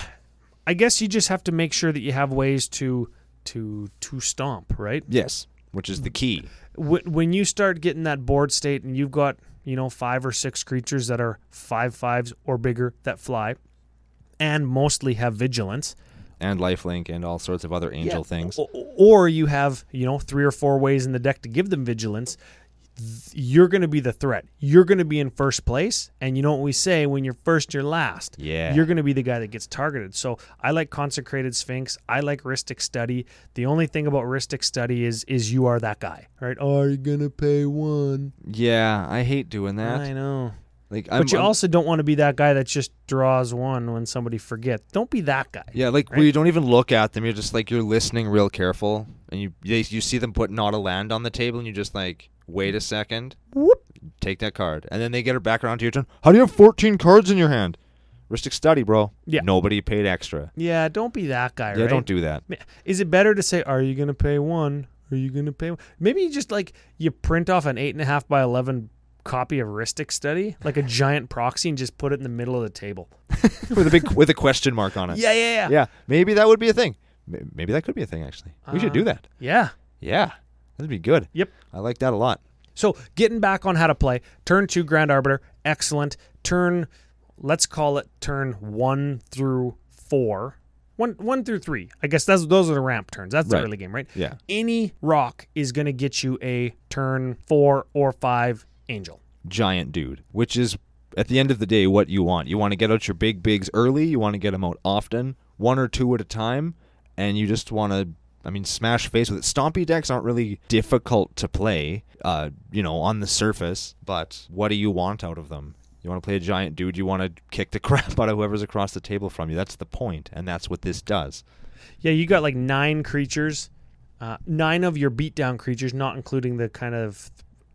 Speaker 2: I guess you just have to make sure that you have ways to to to stomp, right?
Speaker 1: Yes, which is the key.
Speaker 2: Wh- When you start getting that board state and you've got, you know, five or six creatures that are five fives or bigger that fly and mostly have vigilance
Speaker 1: And Lifelink and all sorts of other angel things.
Speaker 2: o- or you have, you know, three or four ways in the deck to give them vigilance, th- you're going to be the threat. You're going to be in first place, and you know what we say when you're first, you're last.
Speaker 1: Yeah.
Speaker 2: You're going to be the guy that gets targeted. So I like Consecrated Sphinx. I like Ristic Study. The only thing about Ristic Study is is you are that guy, right? Are you going to pay one?
Speaker 1: Yeah, I hate doing that.
Speaker 2: I know.
Speaker 1: like,
Speaker 2: But
Speaker 1: I'm,
Speaker 2: you
Speaker 1: I'm-
Speaker 2: also don't want to be that guy that just draws one when somebody forgets. Don't be that guy.
Speaker 1: Yeah, like where you don't even look at them. You're just like you're listening real careful, and you they, you see them put not a land on the table, and you just like wait a second,
Speaker 2: Whoop.
Speaker 1: take that card, and then they get it back around to your turn. How do you have 14 cards in your hand? Ristic study, bro.
Speaker 2: Yeah.
Speaker 1: Nobody paid extra.
Speaker 2: Yeah, don't be that guy,
Speaker 1: Yeah,
Speaker 2: right?
Speaker 1: don't do that.
Speaker 2: Ma- Is it better to say, "Are you going to pay one? Are you going to pay?" One? Maybe you just like you print off an eight and a half by eleven copy of Ristic Study, like a giant proxy, and just put it in the middle of the table.
Speaker 1: with a big with a question mark on it.
Speaker 2: Yeah, yeah, yeah,
Speaker 1: Yeah, maybe that would be a thing. May- Maybe that could be a thing actually. We should
Speaker 2: Uh,
Speaker 1: do that.
Speaker 2: yeah.
Speaker 1: Yeah, that'd be good.
Speaker 2: Yep.
Speaker 1: I like that a lot.
Speaker 2: So getting back on how to play, turn two Grand Arbiter, excellent. Turn, let's call it turn one through four. One, one through three. I guess that's those are the ramp turns. That's
Speaker 1: Right.
Speaker 2: the early game, right?
Speaker 1: Yeah.
Speaker 2: Any rock is going to get you a turn four or five angel.
Speaker 1: giant dude, which is at the end of the day what you want. You want to get out your big bigs early, you want to get them out often, one or two at a time, and you just want to I mean smash face with it. Stompy decks aren't really difficult to play uh you know on the surface, but what do you want out of them? You want to play a giant dude, you want to kick the crap out of whoever's across the table from you. That's the point, and that's what this does.
Speaker 2: Yeah, you got like nine creatures, uh, nine of your beatdown creatures, not including the kind of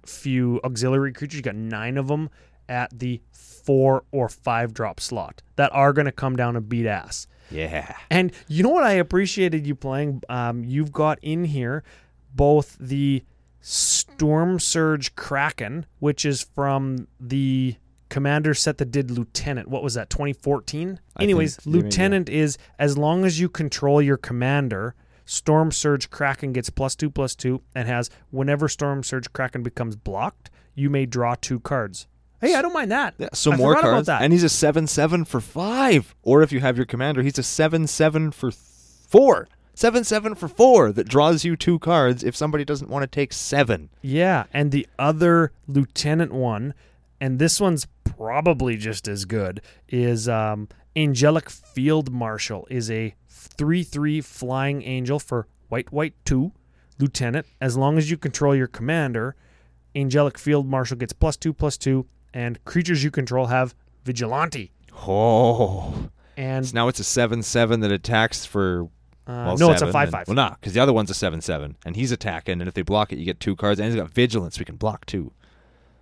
Speaker 2: few auxiliary creatures. You got nine of them at the four or five drop slot that are going to come down and beat ass.
Speaker 1: Yeah.
Speaker 2: And you know what I appreciated you playing? Um, you've got in here both the Storm Surge Kraken, which is from the commander set that did Lieutenant. What was that, 2014?
Speaker 1: I
Speaker 2: Anyways,
Speaker 1: think- yeah, maybe, yeah.
Speaker 2: Lieutenant is as long as you control your commander, Storm Surge Kraken gets plus two plus two and has whenever Storm Surge Kraken becomes blocked, you may draw two cards. Hey, I don't mind that.
Speaker 1: Yeah, so
Speaker 2: I
Speaker 1: more
Speaker 2: forgot about
Speaker 1: cards.
Speaker 2: that.
Speaker 1: And he's a 7 7 for 5. Or if you have your commander, he's a 7 7 for th- 4. 7 7 for 4 that draws you two cards if somebody doesn't want to take 7.
Speaker 2: Yeah, and the other lieutenant one, and this one's probably just as good, is um, Angelic Field Marshal is a three-three flying angel for white white two lieutenant. As long as you control your commander, Angelic Field Marshal gets plus two plus two, and creatures you control have vigilante.
Speaker 1: Oh.
Speaker 2: And
Speaker 1: So now it's a 7 7 that attacks for.
Speaker 2: uh,
Speaker 1: Well,
Speaker 2: no, it's a
Speaker 1: seven,
Speaker 2: five
Speaker 1: and-
Speaker 2: five.
Speaker 1: Well, nah, because the other one's a 7 7. And he's attacking. And if they block it, you get two cards. And he's got vigilance. We can block two.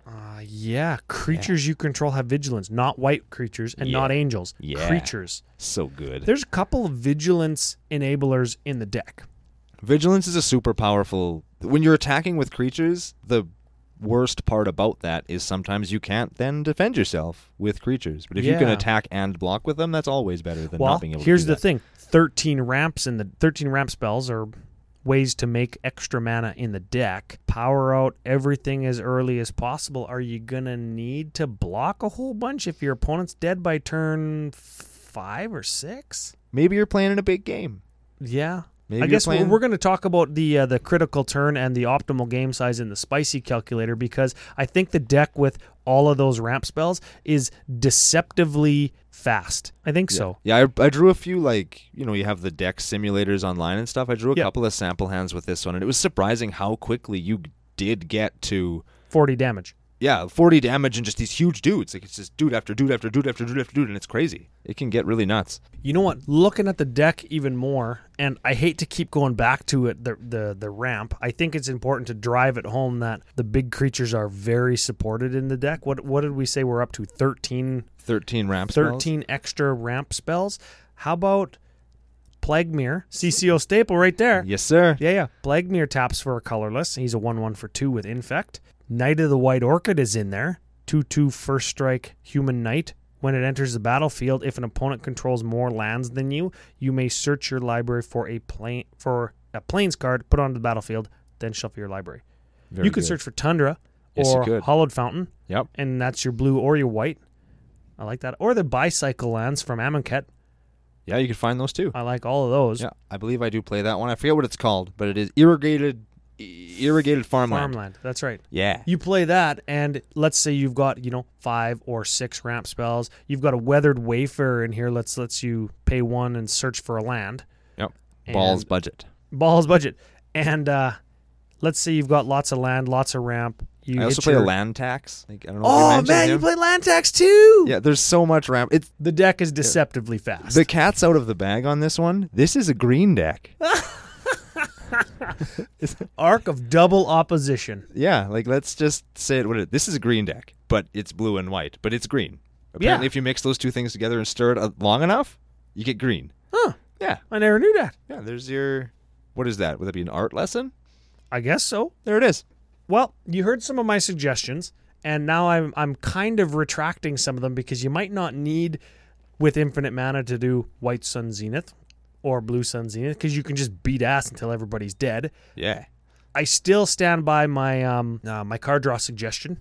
Speaker 2: Uh, yeah, creatures you control have vigilance, not white creatures and
Speaker 1: Yeah.
Speaker 2: not angels.
Speaker 1: Yeah.
Speaker 2: Creatures.
Speaker 1: So good.
Speaker 2: There's a couple of vigilance enablers in the deck.
Speaker 1: Vigilance is a super powerful. When you're attacking with creatures, the worst part about that is sometimes you can't then defend yourself with creatures. But if you can
Speaker 2: Yeah.
Speaker 1: attack and block with them, that's always better than
Speaker 2: well,
Speaker 1: not being able
Speaker 2: here's
Speaker 1: to.
Speaker 2: the thing: thirteen ramps in the thirteen ramp spells are ways to make extra mana in the deck. Power out everything as early as possible. Are you gonna need to block a whole bunch if your opponent's dead by turn five or six?
Speaker 1: Maybe you're playing in a big game.
Speaker 2: Yeah.
Speaker 1: Maybe
Speaker 2: I
Speaker 1: you're
Speaker 2: guess we're,
Speaker 1: playing-
Speaker 2: we're going to talk about the uh, the critical turn and the optimal game size in the spicy calculator because I think the deck with all of those ramp spells is deceptively fast. I think so.
Speaker 1: Yeah, I, I drew a few like you know you have the deck simulators online and stuff. I drew a
Speaker 2: Yeah.
Speaker 1: couple of sample hands with this one, and it was surprising how quickly you did get to
Speaker 2: 40 damage.
Speaker 1: yeah forty damage and just these huge dudes. Like it's just dude after dude after dude after dude after dude, and it's crazy. It can get really nuts.
Speaker 2: You know what? Looking at the deck even more, and I hate to keep going back to it, the the the ramp. I think it's important to drive it home that the big creatures are very supported in the deck. What what did we say we're up to? 13
Speaker 1: Thirteen ramp spells.
Speaker 2: 13 extra ramp spells. How about Plague Mirror? CCO staple right there.
Speaker 1: Yes, sir.
Speaker 2: Yeah, yeah. Plague Mirror taps for a colorless. He's a 1 1 for 2 with Infect. Knight of the White Orchid is in there. 2 2 first strike human knight. When it enters the battlefield, if an opponent controls more lands than you, you may search your library for a plane for a planes card, put onto the battlefield, then shuffle your library.
Speaker 1: Very
Speaker 2: you could
Speaker 1: good.
Speaker 2: search for Tundra
Speaker 1: Yes, you
Speaker 2: or
Speaker 1: could.
Speaker 2: Hollowed Fountain
Speaker 1: Yep.
Speaker 2: and that's your blue or your white. I like that. Or the bicycle lands from Amonkhet.
Speaker 1: Yeah, you can find those too.
Speaker 2: I like all of those.
Speaker 1: Yeah, I believe I do play that one. I forget what it's called, but it is irrigated i- irrigated farmland.
Speaker 2: Farmland. That's right.
Speaker 1: Yeah.
Speaker 2: You play that, and let's say you've got you know five or six ramp spells. You've got a weathered wafer in here. Let's lets you pay one and search for a land.
Speaker 1: Yep.
Speaker 2: And-
Speaker 1: Balls budget.
Speaker 2: Balls budget, and uh, let's say you've got lots of land, lots of ramp. You
Speaker 1: I also
Speaker 2: hit
Speaker 1: play
Speaker 2: your-
Speaker 1: a land tax. Like, I don't know if you
Speaker 2: Oh
Speaker 1: mentioned
Speaker 2: man, you
Speaker 1: him.
Speaker 2: play land tax too.
Speaker 1: Yeah, there's so much ramp. It's
Speaker 2: The deck is deceptively fast.
Speaker 1: the cat's out of the bag on this one. This is a green deck.
Speaker 2: arc of double opposition.
Speaker 1: yeah, like let's just say it. What it, this is a green deck, but it's blue and white, but it's green. Apparently,
Speaker 2: Yeah.
Speaker 1: if you mix those two things together and stir it uh, long enough, you get green.
Speaker 2: Huh?
Speaker 1: Yeah,
Speaker 2: I never knew that.
Speaker 1: yeah. There's your. What is that? Would that be an art lesson?
Speaker 2: I guess so.
Speaker 1: There it is.
Speaker 2: Well, you heard some of my suggestions, and now I'm I'm kind of retracting some of them because you might not need with infinite mana to do White Sun Zenith or Blue Sun Zenith because you can just beat ass until everybody's dead.
Speaker 1: Yeah.
Speaker 2: I still stand by my um uh, my card draw suggestion.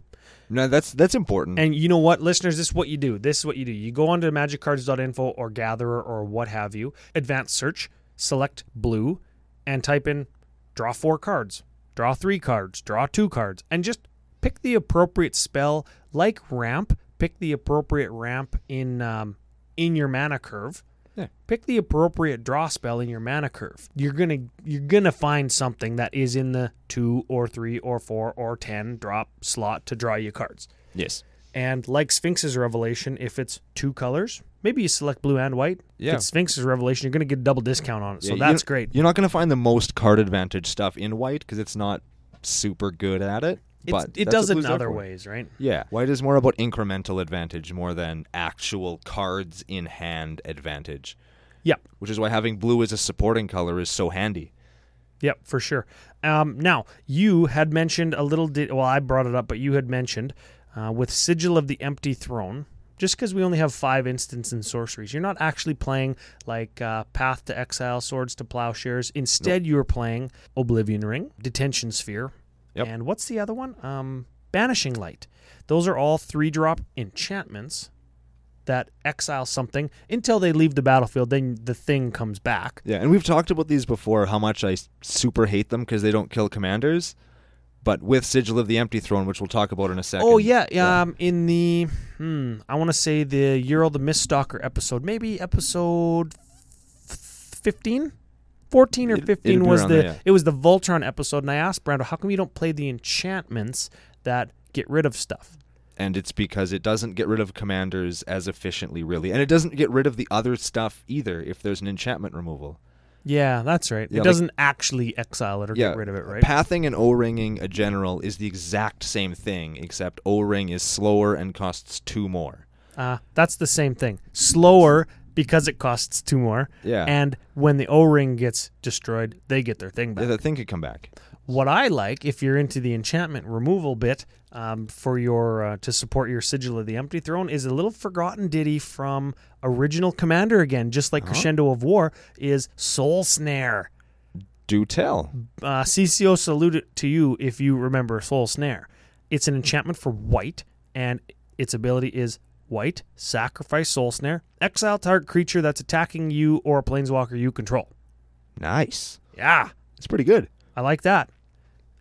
Speaker 1: No, that's that's important.
Speaker 2: And you know what, listeners, this is what you do. This is what you do. You go onto magiccards.info or gatherer or what have you, advanced search, select blue, and type in draw four cards, draw three cards, draw two cards, and just pick the appropriate spell like ramp. Pick the appropriate ramp in um, in your mana curve.
Speaker 1: Yeah.
Speaker 2: Pick the appropriate draw spell in your mana curve. You're gonna you're gonna find something that is in the two or three or four or ten drop slot to draw you cards.
Speaker 1: yes.
Speaker 2: And like Sphinx's Revelation, if it's two colors, maybe you select blue and white.
Speaker 1: Yeah.
Speaker 2: If it's Sphinx's Revelation, you're going to get a double discount on it.
Speaker 1: Yeah,
Speaker 2: So
Speaker 1: you
Speaker 2: that's
Speaker 1: don't-
Speaker 2: great.
Speaker 1: You're not going to find the most card advantage stuff in white because it's not super good at it.
Speaker 2: It's,
Speaker 1: But
Speaker 2: it
Speaker 1: that's
Speaker 2: does
Speaker 1: what
Speaker 2: it in
Speaker 1: blue's there
Speaker 2: other
Speaker 1: for.
Speaker 2: ways, right?
Speaker 1: Yeah, white is more about incremental advantage more than actual cards in hand advantage,
Speaker 2: Yep.
Speaker 1: which is why having blue as a supporting color is so handy.
Speaker 2: Yep, for sure. Um, now, you had mentioned a little, di- well, I brought it up, but you had mentioned uh, with Sigil of the Empty Throne, just because we only have five instants and sorceries, you're not actually playing like uh, Path to Exile, Swords to Plowshares. Instead, you're playing Oblivion Ring, Detention Sphere,
Speaker 1: Yep.
Speaker 2: and what's the other one? Um, Banishing Light. Those are all three drop enchantments that exile something until they leave the battlefield. Then the thing comes back.
Speaker 1: Yeah, and we've talked about these before. How much I s- super hate them because they don't kill commanders. But with Sigil of the Empty Throne, which we'll talk about in a second.
Speaker 2: Oh yeah, um, in the hmm, I want to say the Ural the Miststalker episode, maybe episode f- 15? 14 or
Speaker 1: It-
Speaker 2: 15
Speaker 1: it'd be
Speaker 2: was
Speaker 1: around
Speaker 2: the
Speaker 1: there, yeah.
Speaker 2: it was the Voltron episode, and I asked Brando, how come you don't play the enchantments that get rid of stuff?
Speaker 1: and it's because it doesn't get rid of commanders as efficiently, really, and it doesn't get rid of the other stuff either. If there's an enchantment removal,
Speaker 2: Yeah, that's right.
Speaker 1: Yeah,
Speaker 2: it
Speaker 1: like-
Speaker 2: doesn't actually exile it or
Speaker 1: yeah,
Speaker 2: get rid of it, right?
Speaker 1: Pathing and O-ringing a general is the exact same thing, except O-ring is slower and costs two more.
Speaker 2: Uh, that's the same thing. Slower because it costs two more.
Speaker 1: Yeah.
Speaker 2: And when the O ring gets destroyed, they get their thing back.
Speaker 1: Yeah, that thing could come back.
Speaker 2: What I like, if you're into the enchantment removal bit um, for your uh, to support your sigil of the empty throne, is a little forgotten ditty from original Commander again, just like Crescendo of War is Soul Snare.
Speaker 1: Do tell.
Speaker 2: Uh, CCO salute it to you if you remember Soul Snare. It's an enchantment for white, and its ability is white sacrifice Soul Snare, exile target creature that's attacking you or a planeswalker you control.
Speaker 1: Nice.
Speaker 2: Yeah.
Speaker 1: It's pretty good.
Speaker 2: I like that.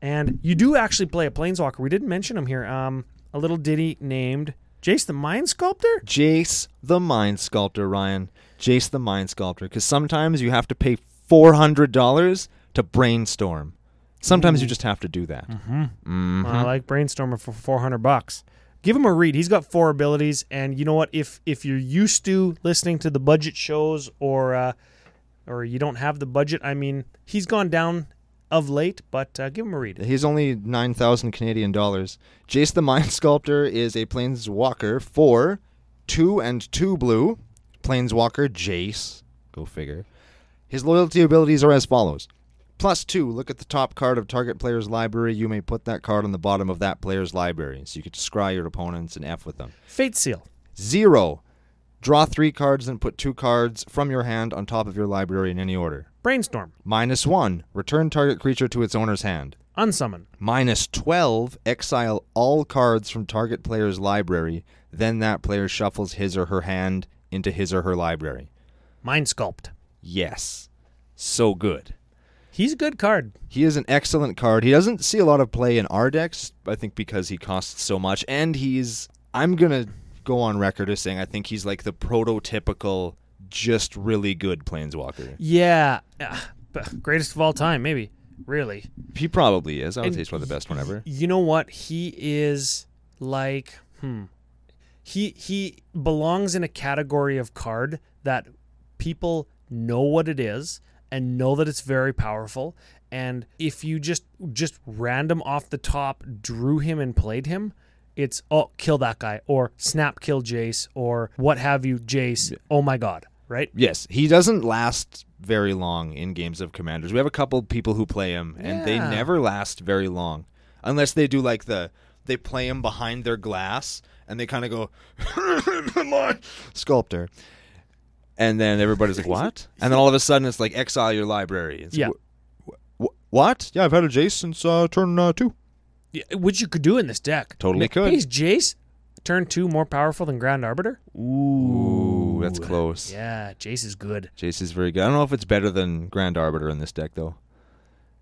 Speaker 2: And you do actually play a planeswalker. We didn't mention him here. Um, a little ditty named Jace the Mind Sculptor.
Speaker 1: Jace the Mind Sculptor, Ryan. Jace the Mind Sculptor, because sometimes you have to pay four hundred dollars to brainstorm. Sometimes you just have to do that.
Speaker 2: Mm-hmm. I like Brainstormer for four hundred bucks. Give him a read. He's got four abilities, and you know what? If if you're used to listening to the budget shows, or uh, or you don't have the budget, I mean, he's gone down of late. But uh, give him a read.
Speaker 1: He's only nine thousand Canadian dollars. Jace the Mind Sculptor is a planeswalker for two and two blue. Planeswalker Jace. Go figure. His loyalty abilities are as follows. Plus two, look at the top card of target player's library. You may put that card on the bottom of that player's library. So you could scry your opponents and F with them.
Speaker 2: Fate Seal.
Speaker 1: Zero. Draw three cards and put two cards from your hand on top of your library in any order.
Speaker 2: Brainstorm.
Speaker 1: Minus one. Return target creature to its owner's hand.
Speaker 2: Unsummon.
Speaker 1: Minus 12. Exile all cards from target player's library. Then that player shuffles his or her hand into his or her library.
Speaker 2: Mind Sculpt.
Speaker 1: Yes. So good.
Speaker 2: He's a good card.
Speaker 1: He is an excellent card. He doesn't see a lot of play in our decks, I think because he costs so much. And he's. I'm going to go on record as saying I think he's like the prototypical, just really good planeswalker.
Speaker 2: Yeah. Uh, greatest of all time, maybe. Really.
Speaker 1: He probably is. I would
Speaker 2: And
Speaker 1: say he's one of the best one ever.
Speaker 2: you know what he is like hmm he he belongs in a category of card that people know what it is and know that it's very powerful and if you just just random off the top drew him and played him it's oh kill that guy or snap kill jace or what have you jace oh my god right
Speaker 1: Yes, he doesn't last very long in games of commanders. We have a couple people who play him, and they
Speaker 2: Yeah.
Speaker 1: never last very long, unless they do like the they play him behind their glass and they kind of go "My sculptor, and then everybody's like what, and then all of a sudden it's like exile your library. It's,
Speaker 2: Yeah.
Speaker 1: "Wh- wh- what? Yeah, I've had a Jace since uh, turn uh, two.
Speaker 2: Yeah, which you could do in this deck
Speaker 1: Totally could.
Speaker 2: hey, is jace turn two more powerful than grand arbiter
Speaker 1: Ooh, that's close.
Speaker 2: yeah jace is good
Speaker 1: Jace is very good. I don't know if it's better than Grand Arbiter in this deck though,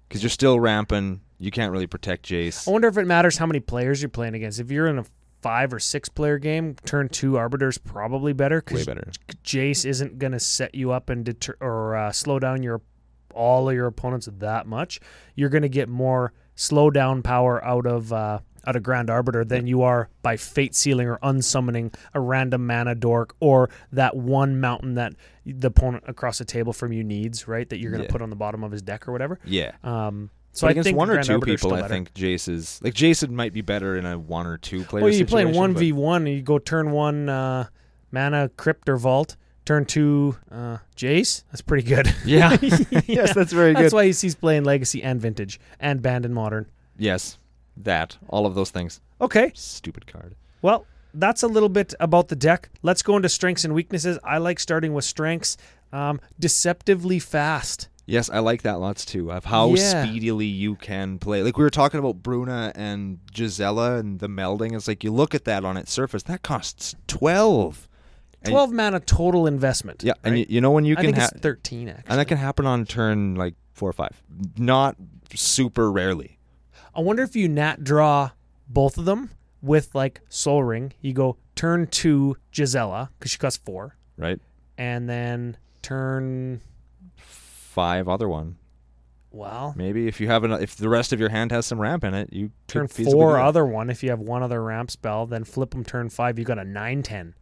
Speaker 1: because you're still ramping. You can't really protect Jace.
Speaker 2: I wonder if it matters how many players you're playing against. If you're in a five or six player game, turn two arbiters probably better
Speaker 1: way
Speaker 2: because
Speaker 1: better.
Speaker 2: Jace isn't going to set you up and deter or uh, slow down your all of your opponents that much. You're going to get more slow down power out of uh, out of Grand Arbiter than you are by fate sealing or unsummoning a random mana dork or that one mountain that the opponent across the table from you needs, right? That you're going to
Speaker 1: Yeah.
Speaker 2: put on the bottom of his deck or whatever.
Speaker 1: Yeah.
Speaker 2: Um, so
Speaker 1: So
Speaker 2: I
Speaker 1: against
Speaker 2: think
Speaker 1: one or
Speaker 2: Grand
Speaker 1: two
Speaker 2: Arbiter's
Speaker 1: people,
Speaker 2: still
Speaker 1: I
Speaker 2: better.
Speaker 1: think Jace's like Jason might be better in a one or two player.
Speaker 2: Well, you play
Speaker 1: situation,
Speaker 2: one
Speaker 1: but-
Speaker 2: v one, and you go turn one uh, mana crypt or vault, turn two uh, Jace. That's pretty good.
Speaker 1: Yeah. yes, that's very good.
Speaker 2: That's why he's, he's playing Legacy and Vintage and Banned and Modern.
Speaker 1: yes, that all of those things.
Speaker 2: Okay,
Speaker 1: Stupid card.
Speaker 2: well that's a little bit about the deck. Let's go into strengths and weaknesses. I like starting with strengths. Um, deceptively fast.
Speaker 1: Yes, I like that lots too. Of how
Speaker 2: Yeah.
Speaker 1: speedily you can play. Like we were talking about Bruna and Gisela and the melding. It's like you look at that on its surface. That costs twelve. And-
Speaker 2: Twelve mana total investment.
Speaker 1: Yeah, and
Speaker 2: right?
Speaker 1: you, you know when you
Speaker 2: I
Speaker 1: can
Speaker 2: think
Speaker 1: have
Speaker 2: it's thirteen actually.
Speaker 1: and that can happen on turn like four or five. Not super rarely.
Speaker 2: I wonder if you nat draw both of them with like Soul Ring. You go turn two Gisela because she costs four,
Speaker 1: Right.
Speaker 2: and then turn
Speaker 1: Five other one.
Speaker 2: well
Speaker 1: Maybe if you have an if the rest of your hand has some ramp in it, you
Speaker 2: turn
Speaker 1: could feasibly
Speaker 2: four
Speaker 1: do it.
Speaker 2: other one if you have one other ramp spell. Then flip them turn five. You got a nine ten.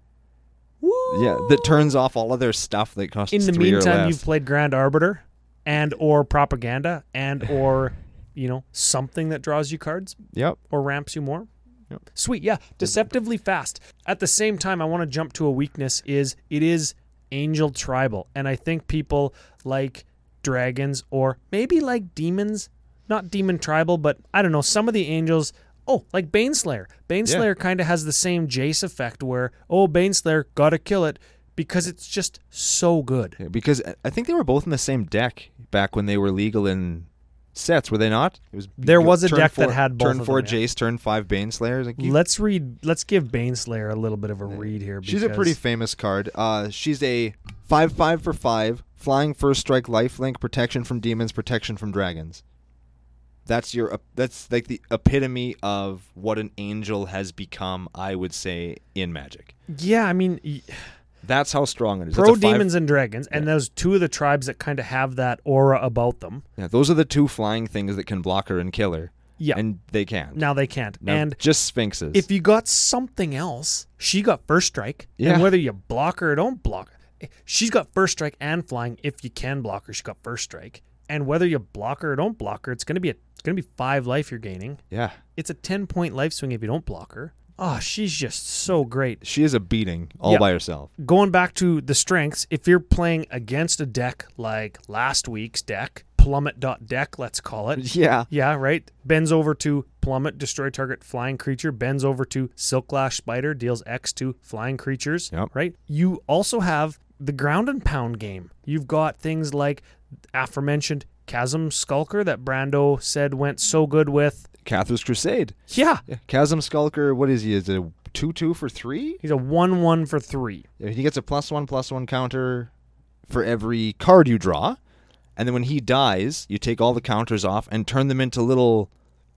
Speaker 1: Yeah, that turns off all other stuff that costs.
Speaker 2: In the
Speaker 1: three or
Speaker 2: meantime,
Speaker 1: less.
Speaker 2: you've played Grand Arbiter and or propaganda and or you know something that draws you cards.
Speaker 1: Yep.
Speaker 2: or ramps you more.
Speaker 1: Yep.
Speaker 2: Sweet, yeah, deceptively fast. At the same time, I want to jump to a weakness is it is angel tribal, and I think people like dragons or maybe like demons, not demon tribal, but I don't know, some of the angels Oh, like Baneslayer. Baneslayer kind of has the same Jace effect where, oh, Baneslayer, gotta kill it because it's just so good.
Speaker 1: Yeah, because I- I think they were both in the same deck back when they were legal in sets, were they not? It was
Speaker 2: There was a
Speaker 1: turn
Speaker 2: deck that
Speaker 1: four-
Speaker 2: had both
Speaker 1: turn
Speaker 2: of
Speaker 1: four
Speaker 2: them, yeah.
Speaker 1: Jace, turn five Baneslayer. Like you-
Speaker 2: Let's read, let's give Baneslayer a little bit of a read here.
Speaker 1: she's a pretty
Speaker 2: because-
Speaker 1: famous card. Uh, she's a five five for five, flying first strike, life link, protection from demons, protection from dragons. That's your ep- that's like the epitome of what an angel has become. I would say in Magic,
Speaker 2: Yeah, I mean, y-
Speaker 1: that's how strong it is. That's
Speaker 2: pro
Speaker 1: a five-
Speaker 2: demons and dragons, and those two of the tribes that kind of have that aura about them.
Speaker 1: Yeah, those are the two flying things that can block her and kill her.
Speaker 2: Yeah.
Speaker 1: and they can't.
Speaker 2: now they can't.
Speaker 1: Now,
Speaker 2: and
Speaker 1: just sphinxes.
Speaker 2: if you got something else, she got first strike.
Speaker 1: Yeah.
Speaker 2: And whether you block her or don't block her, she's got first strike and flying. If you can block her, she got first strike. And whether you block her or don't block her, it's gonna be a, it's gonna be five life you're gaining.
Speaker 1: yeah,
Speaker 2: It's a ten point life swing if you don't block her. Oh, she's just so great.
Speaker 1: she is a beating all
Speaker 2: Yeah.
Speaker 1: by herself.
Speaker 2: going back to the strengths, if you're playing against a deck like last week's deck, plummet.deck, let's call it.
Speaker 1: Yeah.
Speaker 2: Yeah, right. Bends over to plummet, destroy target flying creature. Bends over to silk lash spider, deals X to flying creatures.
Speaker 1: Yep.
Speaker 2: Right. You also have the ground and pound game. You've got things like aforementioned chasm skulker that Brando said went so good with.
Speaker 1: Catherine's Crusade.
Speaker 2: Yeah.
Speaker 1: Yeah. Chasm Skulker, what is he? Is it a 2 2 for 3?
Speaker 2: He's a 1 1 for 3.
Speaker 1: He gets a plus 1 plus 1 counter for every card you draw. And then when he dies, you take all the counters off and turn them into little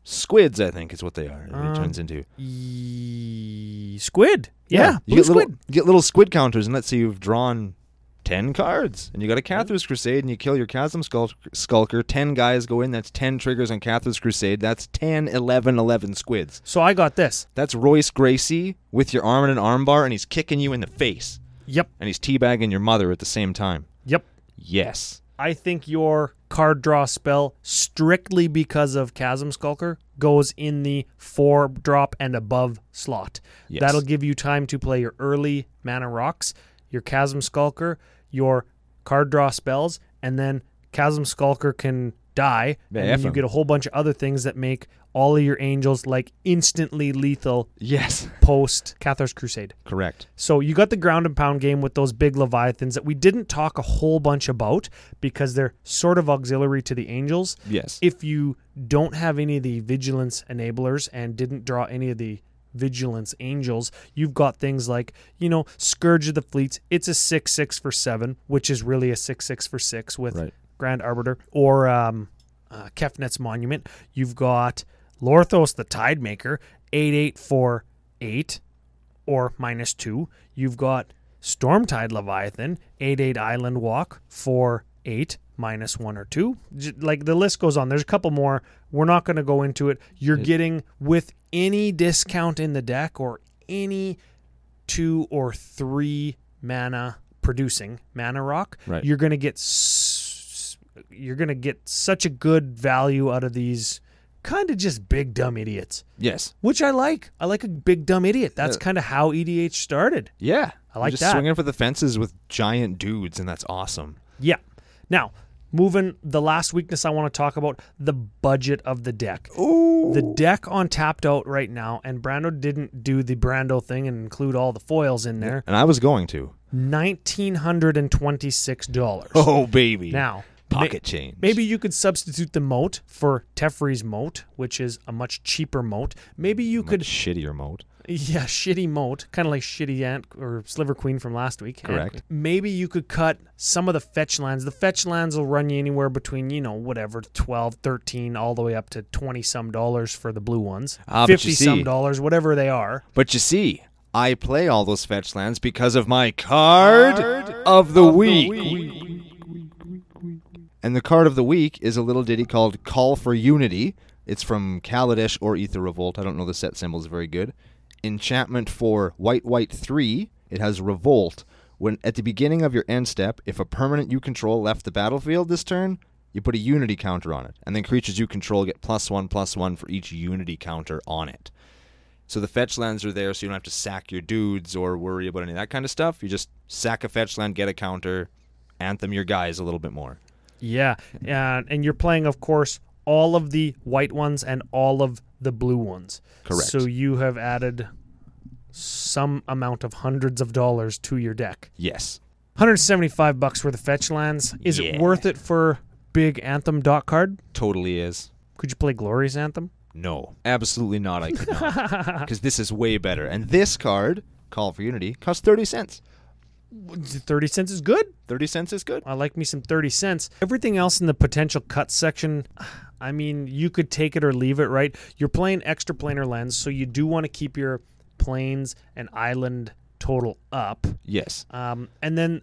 Speaker 1: squids, I think is what they are. that he turns into.
Speaker 2: Ye- Squid. Um,
Speaker 1: You
Speaker 2: Yeah. blue
Speaker 1: get, little,
Speaker 2: squid.
Speaker 1: you get little squid counters, and let's say you've drawn 10 cards, and you got a Catherine's Crusade, and you kill your Chasm Skul- Skulker. 10 guys go in, that's 10 triggers on Catherine's Crusade. That's 10, 11, 11 squids.
Speaker 2: So I got this.
Speaker 1: That's Royce Gracie with your arm in an armbar, and he's kicking you in the face,
Speaker 2: Yep.
Speaker 1: and he's teabagging your mother at the same time.
Speaker 2: Yep.
Speaker 1: Yes.
Speaker 2: I think your card draw spell, strictly because of Chasm Skulker, goes in the four drop and above slot.
Speaker 1: Yes.
Speaker 2: That'll give you time to play your early mana rocks, your Chasm Skulker, your card draw spells, and then Chasm Skulker can die.
Speaker 1: Yeah,
Speaker 2: and then
Speaker 1: F
Speaker 2: you
Speaker 1: him.
Speaker 2: get a whole bunch of other things that make all of your angels like instantly lethal
Speaker 1: Yes.
Speaker 2: post Cathar's Crusade.
Speaker 1: Correct.
Speaker 2: So you got the ground and pound game with those big leviathans that we didn't talk a whole bunch about because they're sort of auxiliary to the angels.
Speaker 1: Yes.
Speaker 2: If you don't have any of the vigilance enablers and didn't draw any of the vigilance angels, you've got things like, you know, Scourge of the Fleets. It's a 6 6 for 7, which is really a 6 6 for 6 with
Speaker 1: Right.
Speaker 2: Grand Arbiter or um, uh, Kefnet's Monument. You've got Lorthos the Tidemaker, 8 8 for 8 or minus two. You've got Stormtide Leviathan, 8 8 Island Walk, 4 8, minus one or two. J- Like the list goes on. There's a couple more. We're not going to go into it. You're getting with any discount in the deck or any two or three mana producing mana rock,
Speaker 1: Right.
Speaker 2: you're going to get. S- you're going to get such a good value out of these kind of just big dumb idiots
Speaker 1: yes.
Speaker 2: which I like. I like a big dumb idiot. That's kind of how EDH started.
Speaker 1: Yeah.
Speaker 2: I like
Speaker 1: You're just
Speaker 2: that.
Speaker 1: swinging for the fences with giant dudes, and that's awesome.
Speaker 2: Yeah. Now, Moving the last weakness I want to talk about the budget of the deck.
Speaker 1: Ooh.
Speaker 2: The deck on tapped out right now, and Brando didn't do the Brando thing and include all the foils in there.
Speaker 1: and I was going to.
Speaker 2: Nineteen hundred and twenty-six dollars.
Speaker 1: Oh baby.
Speaker 2: Now ma-
Speaker 1: pocket change.
Speaker 2: Maybe you could substitute the moat for Teferi's moat, which is a much cheaper moat. Maybe you
Speaker 1: Much
Speaker 2: could,
Speaker 1: shittier mode.
Speaker 2: yeah, shitty moat, kind of like shitty ant or sliver queen from last week. And
Speaker 1: Correct.
Speaker 2: maybe you could cut some of the fetch lands. The fetch lands will run you anywhere between, you know, whatever, 12, 13, all the way up to 20 some dollars for the blue ones,
Speaker 1: Ah, but you
Speaker 2: 50 some
Speaker 1: see-
Speaker 2: dollars, whatever they are.
Speaker 1: But you see, I play all those fetch lands because of my card, of, the, week. And the card of the week is a little ditty called Call for Unity. It's from Kaladesh or Ether Revolt. I don't know the set symbols very good. Enchantment for White White 3. It has Revolt. When at the beginning of your end step, if a permanent you control left the battlefield this turn, you put a unity counter on it. And then creatures you control get plus one plus one for each unity counter on it. So the fetch lands are there, so you don't have to sack your dudes or worry about any of that kind of stuff. You just sack a fetch land, get a counter, anthem your guys a little bit more.
Speaker 2: Yeah. And, and you're playing, of course, all of the white ones and all of the blue ones.
Speaker 1: Correct.
Speaker 2: So you have added some amount of hundreds of dollars to your deck.
Speaker 1: Yes.
Speaker 2: 175 bucks worth of fetch lands. Is it
Speaker 1: Yeah.
Speaker 2: worth it for big Anthem dot card?
Speaker 1: Totally is.
Speaker 2: Could you play Glory's Anthem?
Speaker 1: No. Absolutely not. I could not. Because this is way better. And this card, Call for Unity, costs 30 cents.
Speaker 2: 30 cents is good.
Speaker 1: 30 cents is good.
Speaker 2: I like me some 30 cents. Everything else in the potential cut section, I mean, you could take it or leave it, right? You're playing extra planar lens, so you do want to keep your planes and island total up.
Speaker 1: Yes.
Speaker 2: Um, and then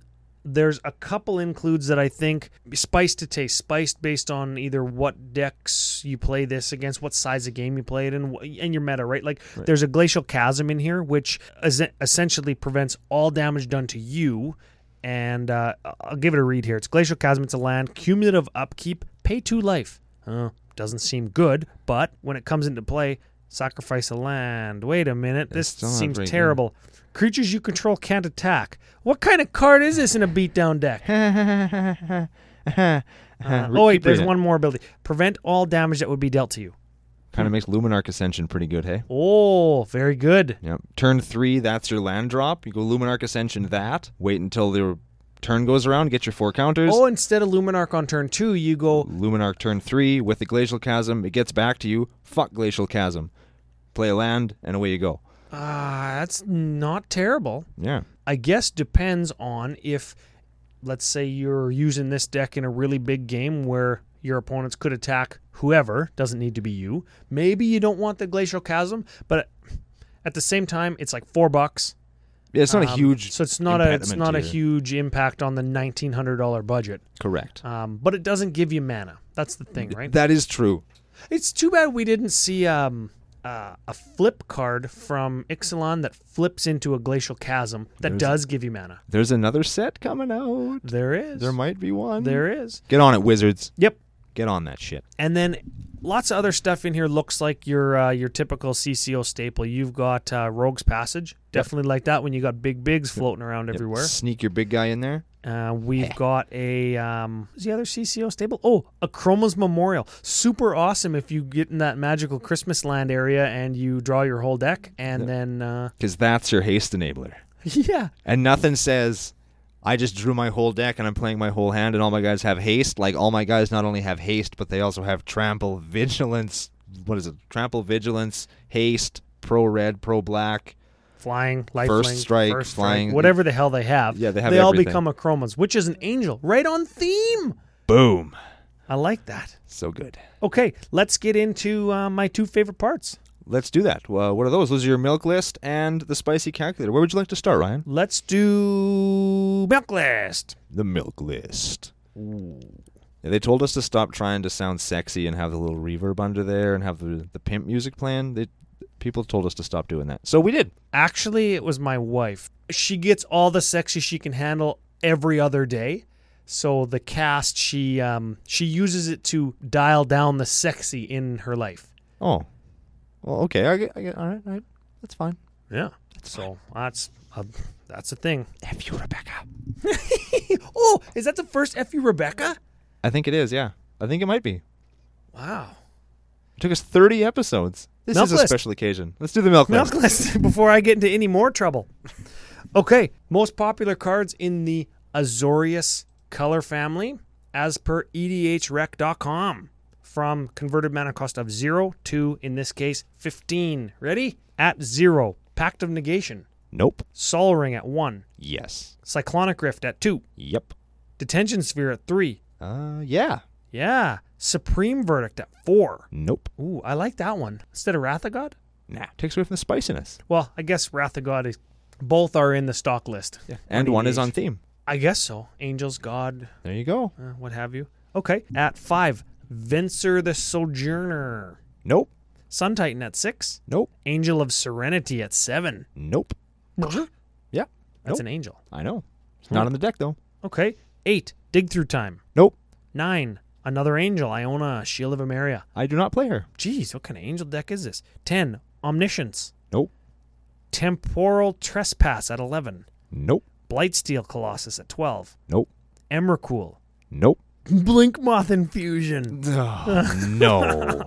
Speaker 2: there's a couple includes that I think spiced to taste, spiced based on either what decks you play this against, what size of game you play it in, wh- and your meta, right? Like there's a glacial chasm in here, which es- essentially prevents all damage done to you. And uh, I'll give it a read here. It's glacial chasm. It's a land cumulative upkeep, pay two life. Huh, doesn't seem good, but when it comes into play, sacrifice a land. Wait a minute, this
Speaker 1: still not
Speaker 2: seems
Speaker 1: very good.
Speaker 2: terrible terrible. Creatures you control can't attack. What kind of card is this in a beatdown deck? Uh, oh wait, there's one more ability. Prevent all damage that would be dealt to you.
Speaker 1: Kind of makes Luminarch Ascension pretty good, hey?
Speaker 2: Oh, very good.
Speaker 1: Yep. Turn three, that's your land drop. You go Luminarch Ascension that. Wait until the turn goes around, get your four counters.
Speaker 2: Oh, instead of Luminarch on turn two, you go.
Speaker 1: Luminarch turn three with the Glacial Chasm. It gets back to you. Fuck Glacial Chasm. Play a land, and away you go.
Speaker 2: Ah, that's not terrible.
Speaker 1: Yeah.
Speaker 2: I guess depends on if, let's say, you're using this deck in a really big game where your opponents could attack whoever, doesn't need to be you. Maybe you don't want the Glacial Chasm, but at the same time, it's like four bucks.
Speaker 1: Yeah, it's not a
Speaker 2: Um,
Speaker 1: huge.
Speaker 2: So it's not a it's
Speaker 1: impediment
Speaker 2: not a
Speaker 1: to your-
Speaker 2: huge impact on the nineteen hundred dollar budget.
Speaker 1: Correct.
Speaker 2: Um, but it doesn't give you mana. That's the thing, right?
Speaker 1: That is true.
Speaker 2: It's too bad we didn't see um, uh, a flip card from Ixalan that flips into a glacial chasm that does give you mana.
Speaker 1: There's another set coming out.
Speaker 2: There is.
Speaker 1: There might be one.
Speaker 2: there is.
Speaker 1: Get on it, wizards.
Speaker 2: Yep.
Speaker 1: Get on that shit.
Speaker 2: And then lots of other stuff in here looks like your uh, your typical CCO staple. You've got uh, Rogue's Passage. Definitely like that when you got big bigs floating around everywhere.
Speaker 1: Sneak your big guy in there.
Speaker 2: Uh, we've got a um, what's the other CCO stable? Oh, a Chroma's Memorial. Super awesome if you get in that magical Christmas land area and you draw your whole deck, and then uh,
Speaker 1: Because that's your haste enabler.
Speaker 2: yeah,
Speaker 1: And nothing says, I just drew my whole deck and I'm playing my whole hand and all my guys have haste. Like, all my guys not only have haste, but they also have trample, vigilance. What is it? Trample, vigilance, haste, pro red, pro black.
Speaker 2: flying, life,
Speaker 1: First strike, flying.
Speaker 2: whatever the hell they have.
Speaker 1: Yeah, they have
Speaker 2: all
Speaker 1: everything.
Speaker 2: become a Chroma's, which is an angel, right on theme.
Speaker 1: Boom.
Speaker 2: I like that.
Speaker 1: So good.
Speaker 2: Okay, let's get into uh, my two favorite parts.
Speaker 1: Let's do that. Well, what are those? Those are your milk list and the spicy calculator. Where would you like to start, Ryan?
Speaker 2: Let's do milk list.
Speaker 1: the milk list. Yeah, They told us to stop trying to sound sexy and have the little reverb under there and have the, the pimp music playing. They people told us to stop doing that, so we did.
Speaker 2: Actually, it was my wife. She gets all the sexy she can handle every other day. So the cast, she um, she uses it to dial down the sexy in her life.
Speaker 1: Oh, well, okay. I get, I get all right. All right, that's fine.
Speaker 2: Yeah. So that's a, that's a thing.
Speaker 1: F you, Rebecca.
Speaker 2: oh, is that the first F you Rebecca?
Speaker 1: I think it is. Yeah, I think it might be.
Speaker 2: Wow.
Speaker 1: It took us 30 episodes. This
Speaker 2: Milk
Speaker 1: is a
Speaker 2: list.
Speaker 1: special occasion. Let's do the milk,
Speaker 2: Milk
Speaker 1: list.
Speaker 2: list before I get into any more trouble. Okay, most popular cards in the Azorius color family as per E edhrec.com from converted mana cost of 0 to, in this case, 15. Ready? At 0, Pact of Negation,
Speaker 1: Nope.
Speaker 2: Sol Ring at 1,
Speaker 1: Yes.
Speaker 2: Cyclonic Rift at 2,
Speaker 1: Yep.
Speaker 2: Detention Sphere at 3,
Speaker 1: Uh, yeah.
Speaker 2: yeah, Supreme Verdict at 4.
Speaker 1: Nope.
Speaker 2: Ooh, I like that one. Instead of Wrath of God?
Speaker 1: Nah. Takes away from the spiciness.
Speaker 2: Well, I guess Wrath of God is both are in the stock list.
Speaker 1: Yeah. And one is on theme.
Speaker 2: I guess so. Angels, God,
Speaker 1: There you go.
Speaker 2: uh, what have you. Okay. At five, Venser the Sojourner.
Speaker 1: Nope.
Speaker 2: Sun Titan at six.
Speaker 1: Nope.
Speaker 2: Angel of Serenity at seven.
Speaker 1: Nope.
Speaker 2: That's
Speaker 1: Yeah. Nope.
Speaker 2: an angel.
Speaker 1: I know. It's not on the deck though.
Speaker 2: Okay. Eight, Dig Through Time.
Speaker 1: Nope.
Speaker 2: Nine, Another Angel, Iona, Shield of Emeria.
Speaker 1: I do not play her.
Speaker 2: Jeez, what kind of angel deck is this? Ten, Omniscience.
Speaker 1: Nope.
Speaker 2: Temporal Trespass at 11.
Speaker 1: Nope.
Speaker 2: Blightsteel Colossus at 12.
Speaker 1: Nope.
Speaker 2: Emrakul.
Speaker 1: Nope.
Speaker 2: Blink Moth Infusion.
Speaker 1: no.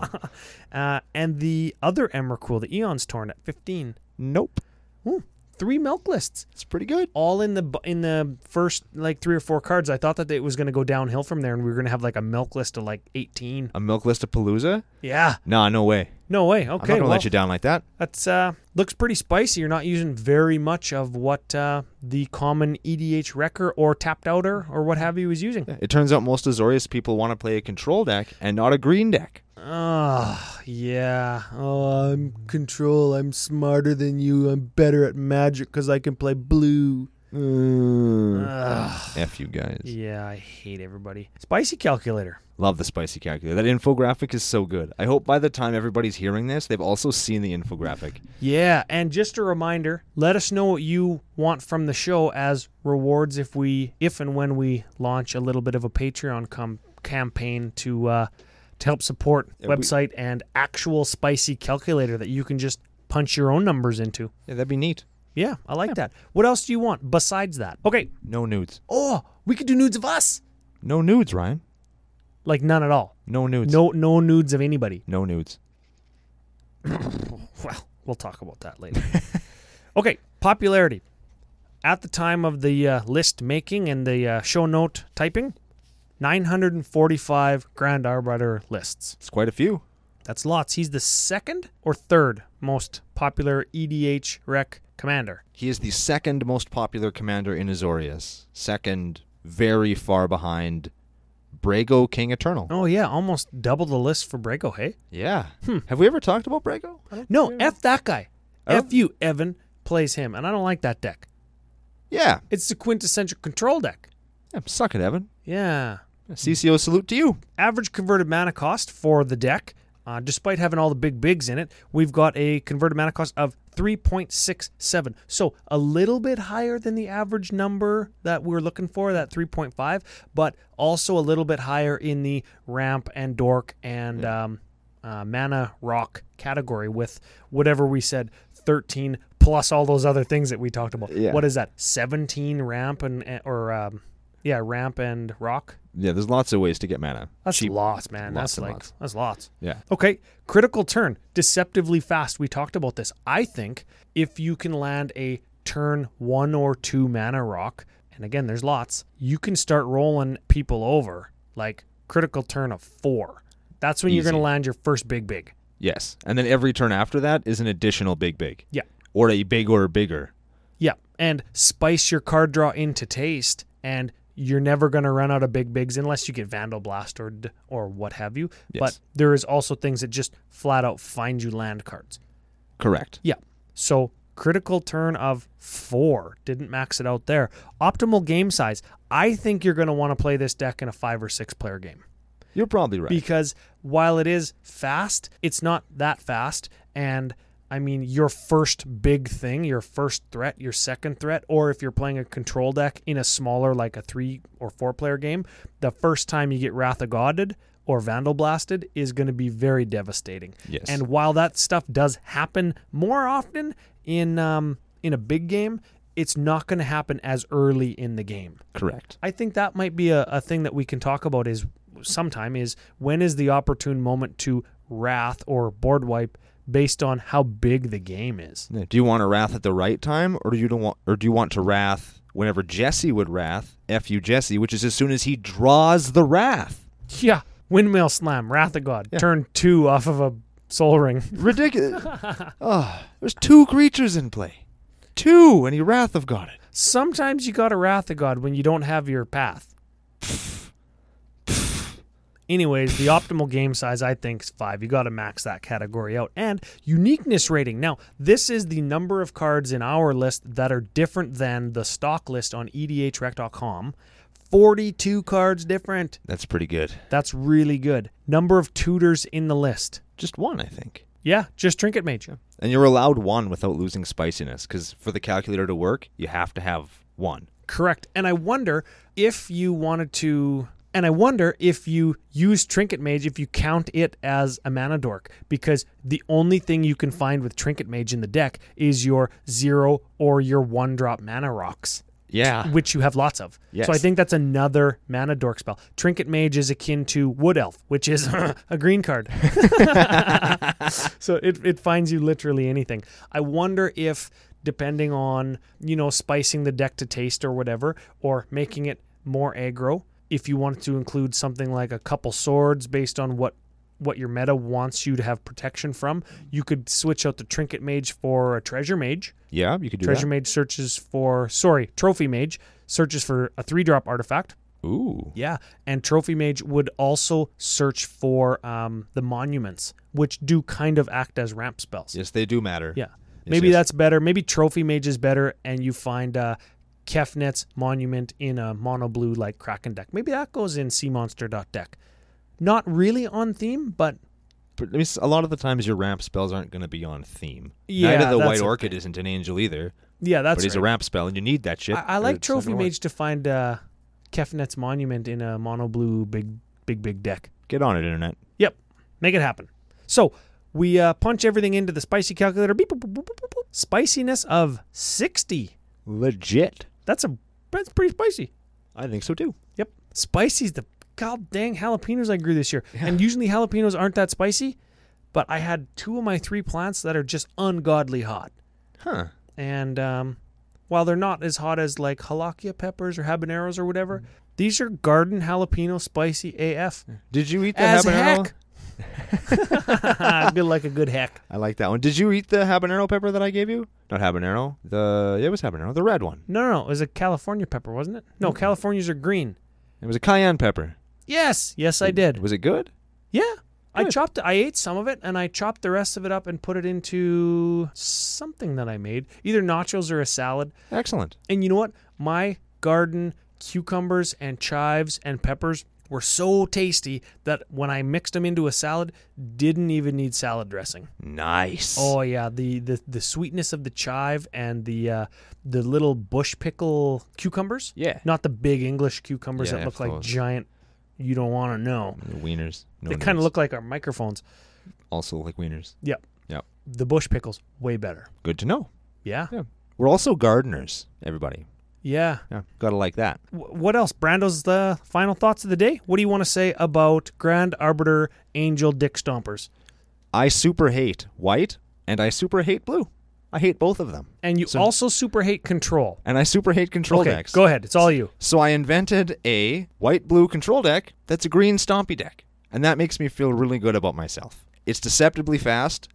Speaker 2: Uh, and the other Emrakul, the Eon's Torn at 15.
Speaker 1: nope.
Speaker 2: Ooh, three milk lists,
Speaker 1: It's pretty good.
Speaker 2: all in the bu- in the first like three or four cards. I thought that it was going to go downhill from there, and we were going to have like a milk list of like 18.
Speaker 1: A milk list of Palooza?
Speaker 2: Yeah,
Speaker 1: Nah, no way.
Speaker 2: no way.
Speaker 1: I'm not
Speaker 2: Okay,
Speaker 1: gonna
Speaker 2: well,
Speaker 1: let you down like that.
Speaker 2: that's uh, looks pretty spicy. You're not using very much of what uh, the common EDH wrecker or tapped outer or what have you is using.
Speaker 1: It turns out most Azorius people want to play a control deck and not a green deck.
Speaker 2: Ah, yeah. Oh, I'm control. I'm smarter than you. I'm better at magic because I can play blue. Mm. Ugh.
Speaker 1: F you guys.
Speaker 2: Yeah, I hate everybody. Spicy calculator.
Speaker 1: Love the spicy calculator. That infographic is so good. I hope by the time everybody's hearing this, they've also seen the infographic.
Speaker 2: Yeah, and just a reminder, let us know what you want from the show as rewards if we if and when we launch a little bit of a Patreon com- campaign to uh to help support
Speaker 1: we-
Speaker 2: website and actual spicy calculator that you can just punch your own numbers into.
Speaker 1: Yeah, that'd be neat.
Speaker 2: Yeah, I like that. What else do you want besides that? Okay.
Speaker 1: No nudes.
Speaker 2: Oh, we could do nudes of us.
Speaker 1: No nudes, Ryan.
Speaker 2: Like none at all.
Speaker 1: No nudes.
Speaker 2: No no nudes of anybody.
Speaker 1: No nudes.
Speaker 2: Well, we'll talk about that later. okay, popularity. At the time of the uh, list making and the uh, show note typing, 945 Grand Arbiter lists.
Speaker 1: It's quite a few.
Speaker 2: That's lots. He's the second or third most popular EDH rec commander.
Speaker 1: He is the second most popular commander in Azorius. Second, very far behind Brago King Eternal.
Speaker 2: Oh, yeah, almost double the list for Brago, hey?
Speaker 1: Yeah.
Speaker 2: Hmm.
Speaker 1: Have we ever talked about Brago?
Speaker 2: No, F that guy.
Speaker 1: I don't-
Speaker 2: F you, Evan, plays him, and I don't like that deck.
Speaker 1: Yeah.
Speaker 2: It's the quintessential control deck.
Speaker 1: yeah. Suck it, Evan.
Speaker 2: Yeah.
Speaker 1: CCO salute to you.
Speaker 2: average converted mana cost for the deck, uh, despite having all the big bigs in it, we've got a converted mana cost of 3.67. So a little bit higher than the average number that we're looking for, that 3.5, but also a little bit higher in the ramp and dork and um, uh, mana rock category with whatever we said 13 plus all those other things that we talked about.
Speaker 1: Yeah.
Speaker 2: What is that? 17 ramp and or um, yeah, ramp and rock.
Speaker 1: Yeah, there's lots of ways to get mana.
Speaker 2: That's lots, man.
Speaker 1: Lots
Speaker 2: that's
Speaker 1: and
Speaker 2: like
Speaker 1: lots.
Speaker 2: that's lots.
Speaker 1: Yeah.
Speaker 2: Okay, critical turn, deceptively fast. We talked about this. I think if you can land a turn one or two mana rock, and again, there's lots, you can start rolling people over like critical turn of four. That's when you're
Speaker 1: Easy.
Speaker 2: going to land your first big big.
Speaker 1: Yes. And then every turn after that is an additional big big.
Speaker 2: Yeah.
Speaker 1: Or a big or bigger.
Speaker 2: Yeah, and spice your card draw into taste, and you're never going to run out of big bigs unless you get Vandal Blast or d- or what have you. But
Speaker 1: Yes.
Speaker 2: there is also things that just flat out find you land cards.
Speaker 1: Correct.
Speaker 2: Yeah, so critical turn of four didn't max it out there. Optimal game size. I think you're going to want to play this deck in a five or six player game
Speaker 1: You're probably right.
Speaker 2: because while it is fast, it's not that fast. And I mean, your first big thing, your first threat, your second threat, or if you're playing a control deck in a smaller, like a three or four player game, the first time you get Wrath of Godded or Vandal Blasted is going to be very devastating.
Speaker 1: Yes.
Speaker 2: And while that stuff does happen more often in um, in a big game, it's not going to happen as early in the game.
Speaker 1: Correct.
Speaker 2: I think that might be a, a thing that we can talk about is sometime is when is the opportune moment to wrath or board wipe based on how big the game is.
Speaker 1: Yeah, Do you want to wrath at the right time, or do you don't want, or do you want to wrath whenever Jesse would wrath? F you Jesse, which is as soon as he draws the wrath.
Speaker 2: Yeah, windmill slam, wrath of god, turn two off of a soul ring.
Speaker 1: Ridiculous. oh, there's two creatures in play, two, and he wrath of God it.
Speaker 2: Sometimes you got to wrath of god when you don't have your path. Anyways, the optimal game size I think is five. You got to max that category out. And uniqueness rating. Now, this is the number of cards in our list that are different than the stock list on E edhrec.com. 42 cards different.
Speaker 1: That's pretty good.
Speaker 2: That's really good. Number of tutors in the list.
Speaker 1: Just one, I think.
Speaker 2: Yeah, just trinket mage.
Speaker 1: And you're allowed one without losing spiciness, because for the calculator to work, you have to have one.
Speaker 2: Correct. And I wonder if you wanted to. And I wonder if you use Trinket Mage if you count it as a mana dork, because the only thing you can find with Trinket Mage in the deck is your zero or your one drop mana rocks,
Speaker 1: Yeah.
Speaker 2: which you have lots of.
Speaker 1: Yes.
Speaker 2: So I think that's another mana dork spell. Trinket Mage is akin to Wood Elf, which is a green card. so it, it finds you literally anything. I wonder if, depending on, you know, spicing the deck to taste or whatever, or making it more aggro, if you wanted to include something like a couple swords based on what what your meta wants you to have protection from, you could switch out the trinket mage for a treasure mage.
Speaker 1: Yeah, you could do
Speaker 2: Treasure mage searches for sorry, trophy mage searches for a three drop artifact.
Speaker 1: that. Ooh.
Speaker 2: Yeah, and Trophy Mage would also search for um, the monuments, which do kind of act as ramp spells.
Speaker 1: Yes, they do matter.
Speaker 2: Yeah,
Speaker 1: Yes,
Speaker 2: maybe
Speaker 1: yes.
Speaker 2: that's better. Maybe Trophy Mage is better, and you find uh, Kefnet's monument in a mono blue like Kraken deck. Maybe that goes in Sea Monster deck. Not really on theme, but
Speaker 1: But I mean, s- a lot of the times your ramp spells aren't going to be on theme.
Speaker 2: Yeah,
Speaker 1: Knight of the
Speaker 2: that's
Speaker 1: White
Speaker 2: the
Speaker 1: Orchid isn't an angel either,
Speaker 2: yeah,
Speaker 1: but
Speaker 2: that's
Speaker 1: he's a
Speaker 2: right.
Speaker 1: ramp spell, and you need that shit.
Speaker 2: I, I
Speaker 1: or
Speaker 2: like
Speaker 1: it's not
Speaker 2: Trophy
Speaker 1: gonna work.
Speaker 2: Mage to find uh, Kefnet's monument in a mono blue big big big deck.
Speaker 1: Get on it, internet.
Speaker 2: Yep. Make it happen. So we uh, punch everything into the spicy calculator. Beep, boop, boop, boop, boop, boop. Spiciness of 60.
Speaker 1: Legit.
Speaker 2: That's a that's pretty spicy.
Speaker 1: I think so too.
Speaker 2: Yep. Spicy's the god dang jalapenos I grew this year. And usually jalapenos aren't that spicy, but I had two of my three plants that are just ungodly hot.
Speaker 1: Huh.
Speaker 2: And um, while they're not as hot as like jalakia peppers or habaneros or whatever, these are garden jalapeno spicy AF.
Speaker 1: Did you eat the
Speaker 2: As
Speaker 1: habanero?
Speaker 2: heck. good like a good heck.
Speaker 1: I like that one. Did you eat the habanero pepper that I gave you? Not habanero. The it was habanero. The red one.
Speaker 2: No, no, no. It was a California pepper, wasn't it?
Speaker 1: Mm.
Speaker 2: No, Californias are green.
Speaker 1: It was a cayenne pepper.
Speaker 2: Yes, yes, I did.
Speaker 1: Was it good?
Speaker 2: Yeah, I
Speaker 1: Good.
Speaker 2: chopped. I ate some of it, and I chopped the rest of it up and put it into something that I made, either nachos or a salad.
Speaker 1: Excellent.
Speaker 2: And you know what? My garden cucumbers and chives and peppers were so tasty that when I mixed them into a salad, didn't even need salad dressing.
Speaker 1: Nice.
Speaker 2: Oh yeah, the the, the sweetness of the chive and the uh, the little bush pickle cucumbers.
Speaker 1: yeah.
Speaker 2: not the big English cucumbers
Speaker 1: Yeah,
Speaker 2: that
Speaker 1: of
Speaker 2: look like
Speaker 1: course.
Speaker 2: giant. You don't want to know.
Speaker 1: Wieners. No
Speaker 2: they
Speaker 1: one
Speaker 2: kind of
Speaker 1: knows.
Speaker 2: look like our microphones.
Speaker 1: also like wieners.
Speaker 2: Yep.
Speaker 1: Yep.
Speaker 2: The bush pickles way better.
Speaker 1: Good to know.
Speaker 2: Yeah.
Speaker 1: Yeah. We're also gardeners. Everybody.
Speaker 2: Yeah.
Speaker 1: Yeah. Gotta like that.
Speaker 2: W- what else? Brando's the final thoughts of the day. What do you want to say about Grand Arbiter Angel Dick Stompers?
Speaker 1: I super hate white and I super hate blue. I hate both of them.
Speaker 2: And you
Speaker 1: So-
Speaker 2: also super hate control.
Speaker 1: And I super hate control
Speaker 2: okay,
Speaker 1: decks.
Speaker 2: go ahead. It's all you.
Speaker 1: So I invented a white blue control deck that's a green stompy deck. And that makes me feel really good about myself. It's deceptively fast,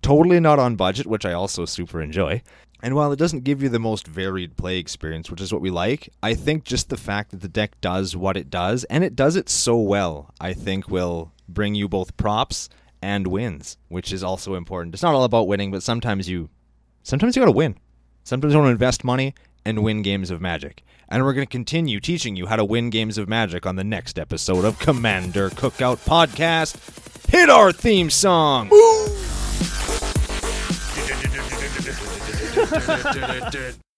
Speaker 1: totally not on budget, which I also super enjoy. And while it doesn't give you the most varied play experience, which is what we like, I think just the fact that the deck does what it does, and it does it so well, I think will bring you both props and wins, which is also important. It's not all about winning, but sometimes you sometimes you gotta win. Sometimes you want to invest money and win games of magic. And we're going to continue teaching you how to win games of magic on the next episode of Commander Cookout Podcast. Hit our theme song!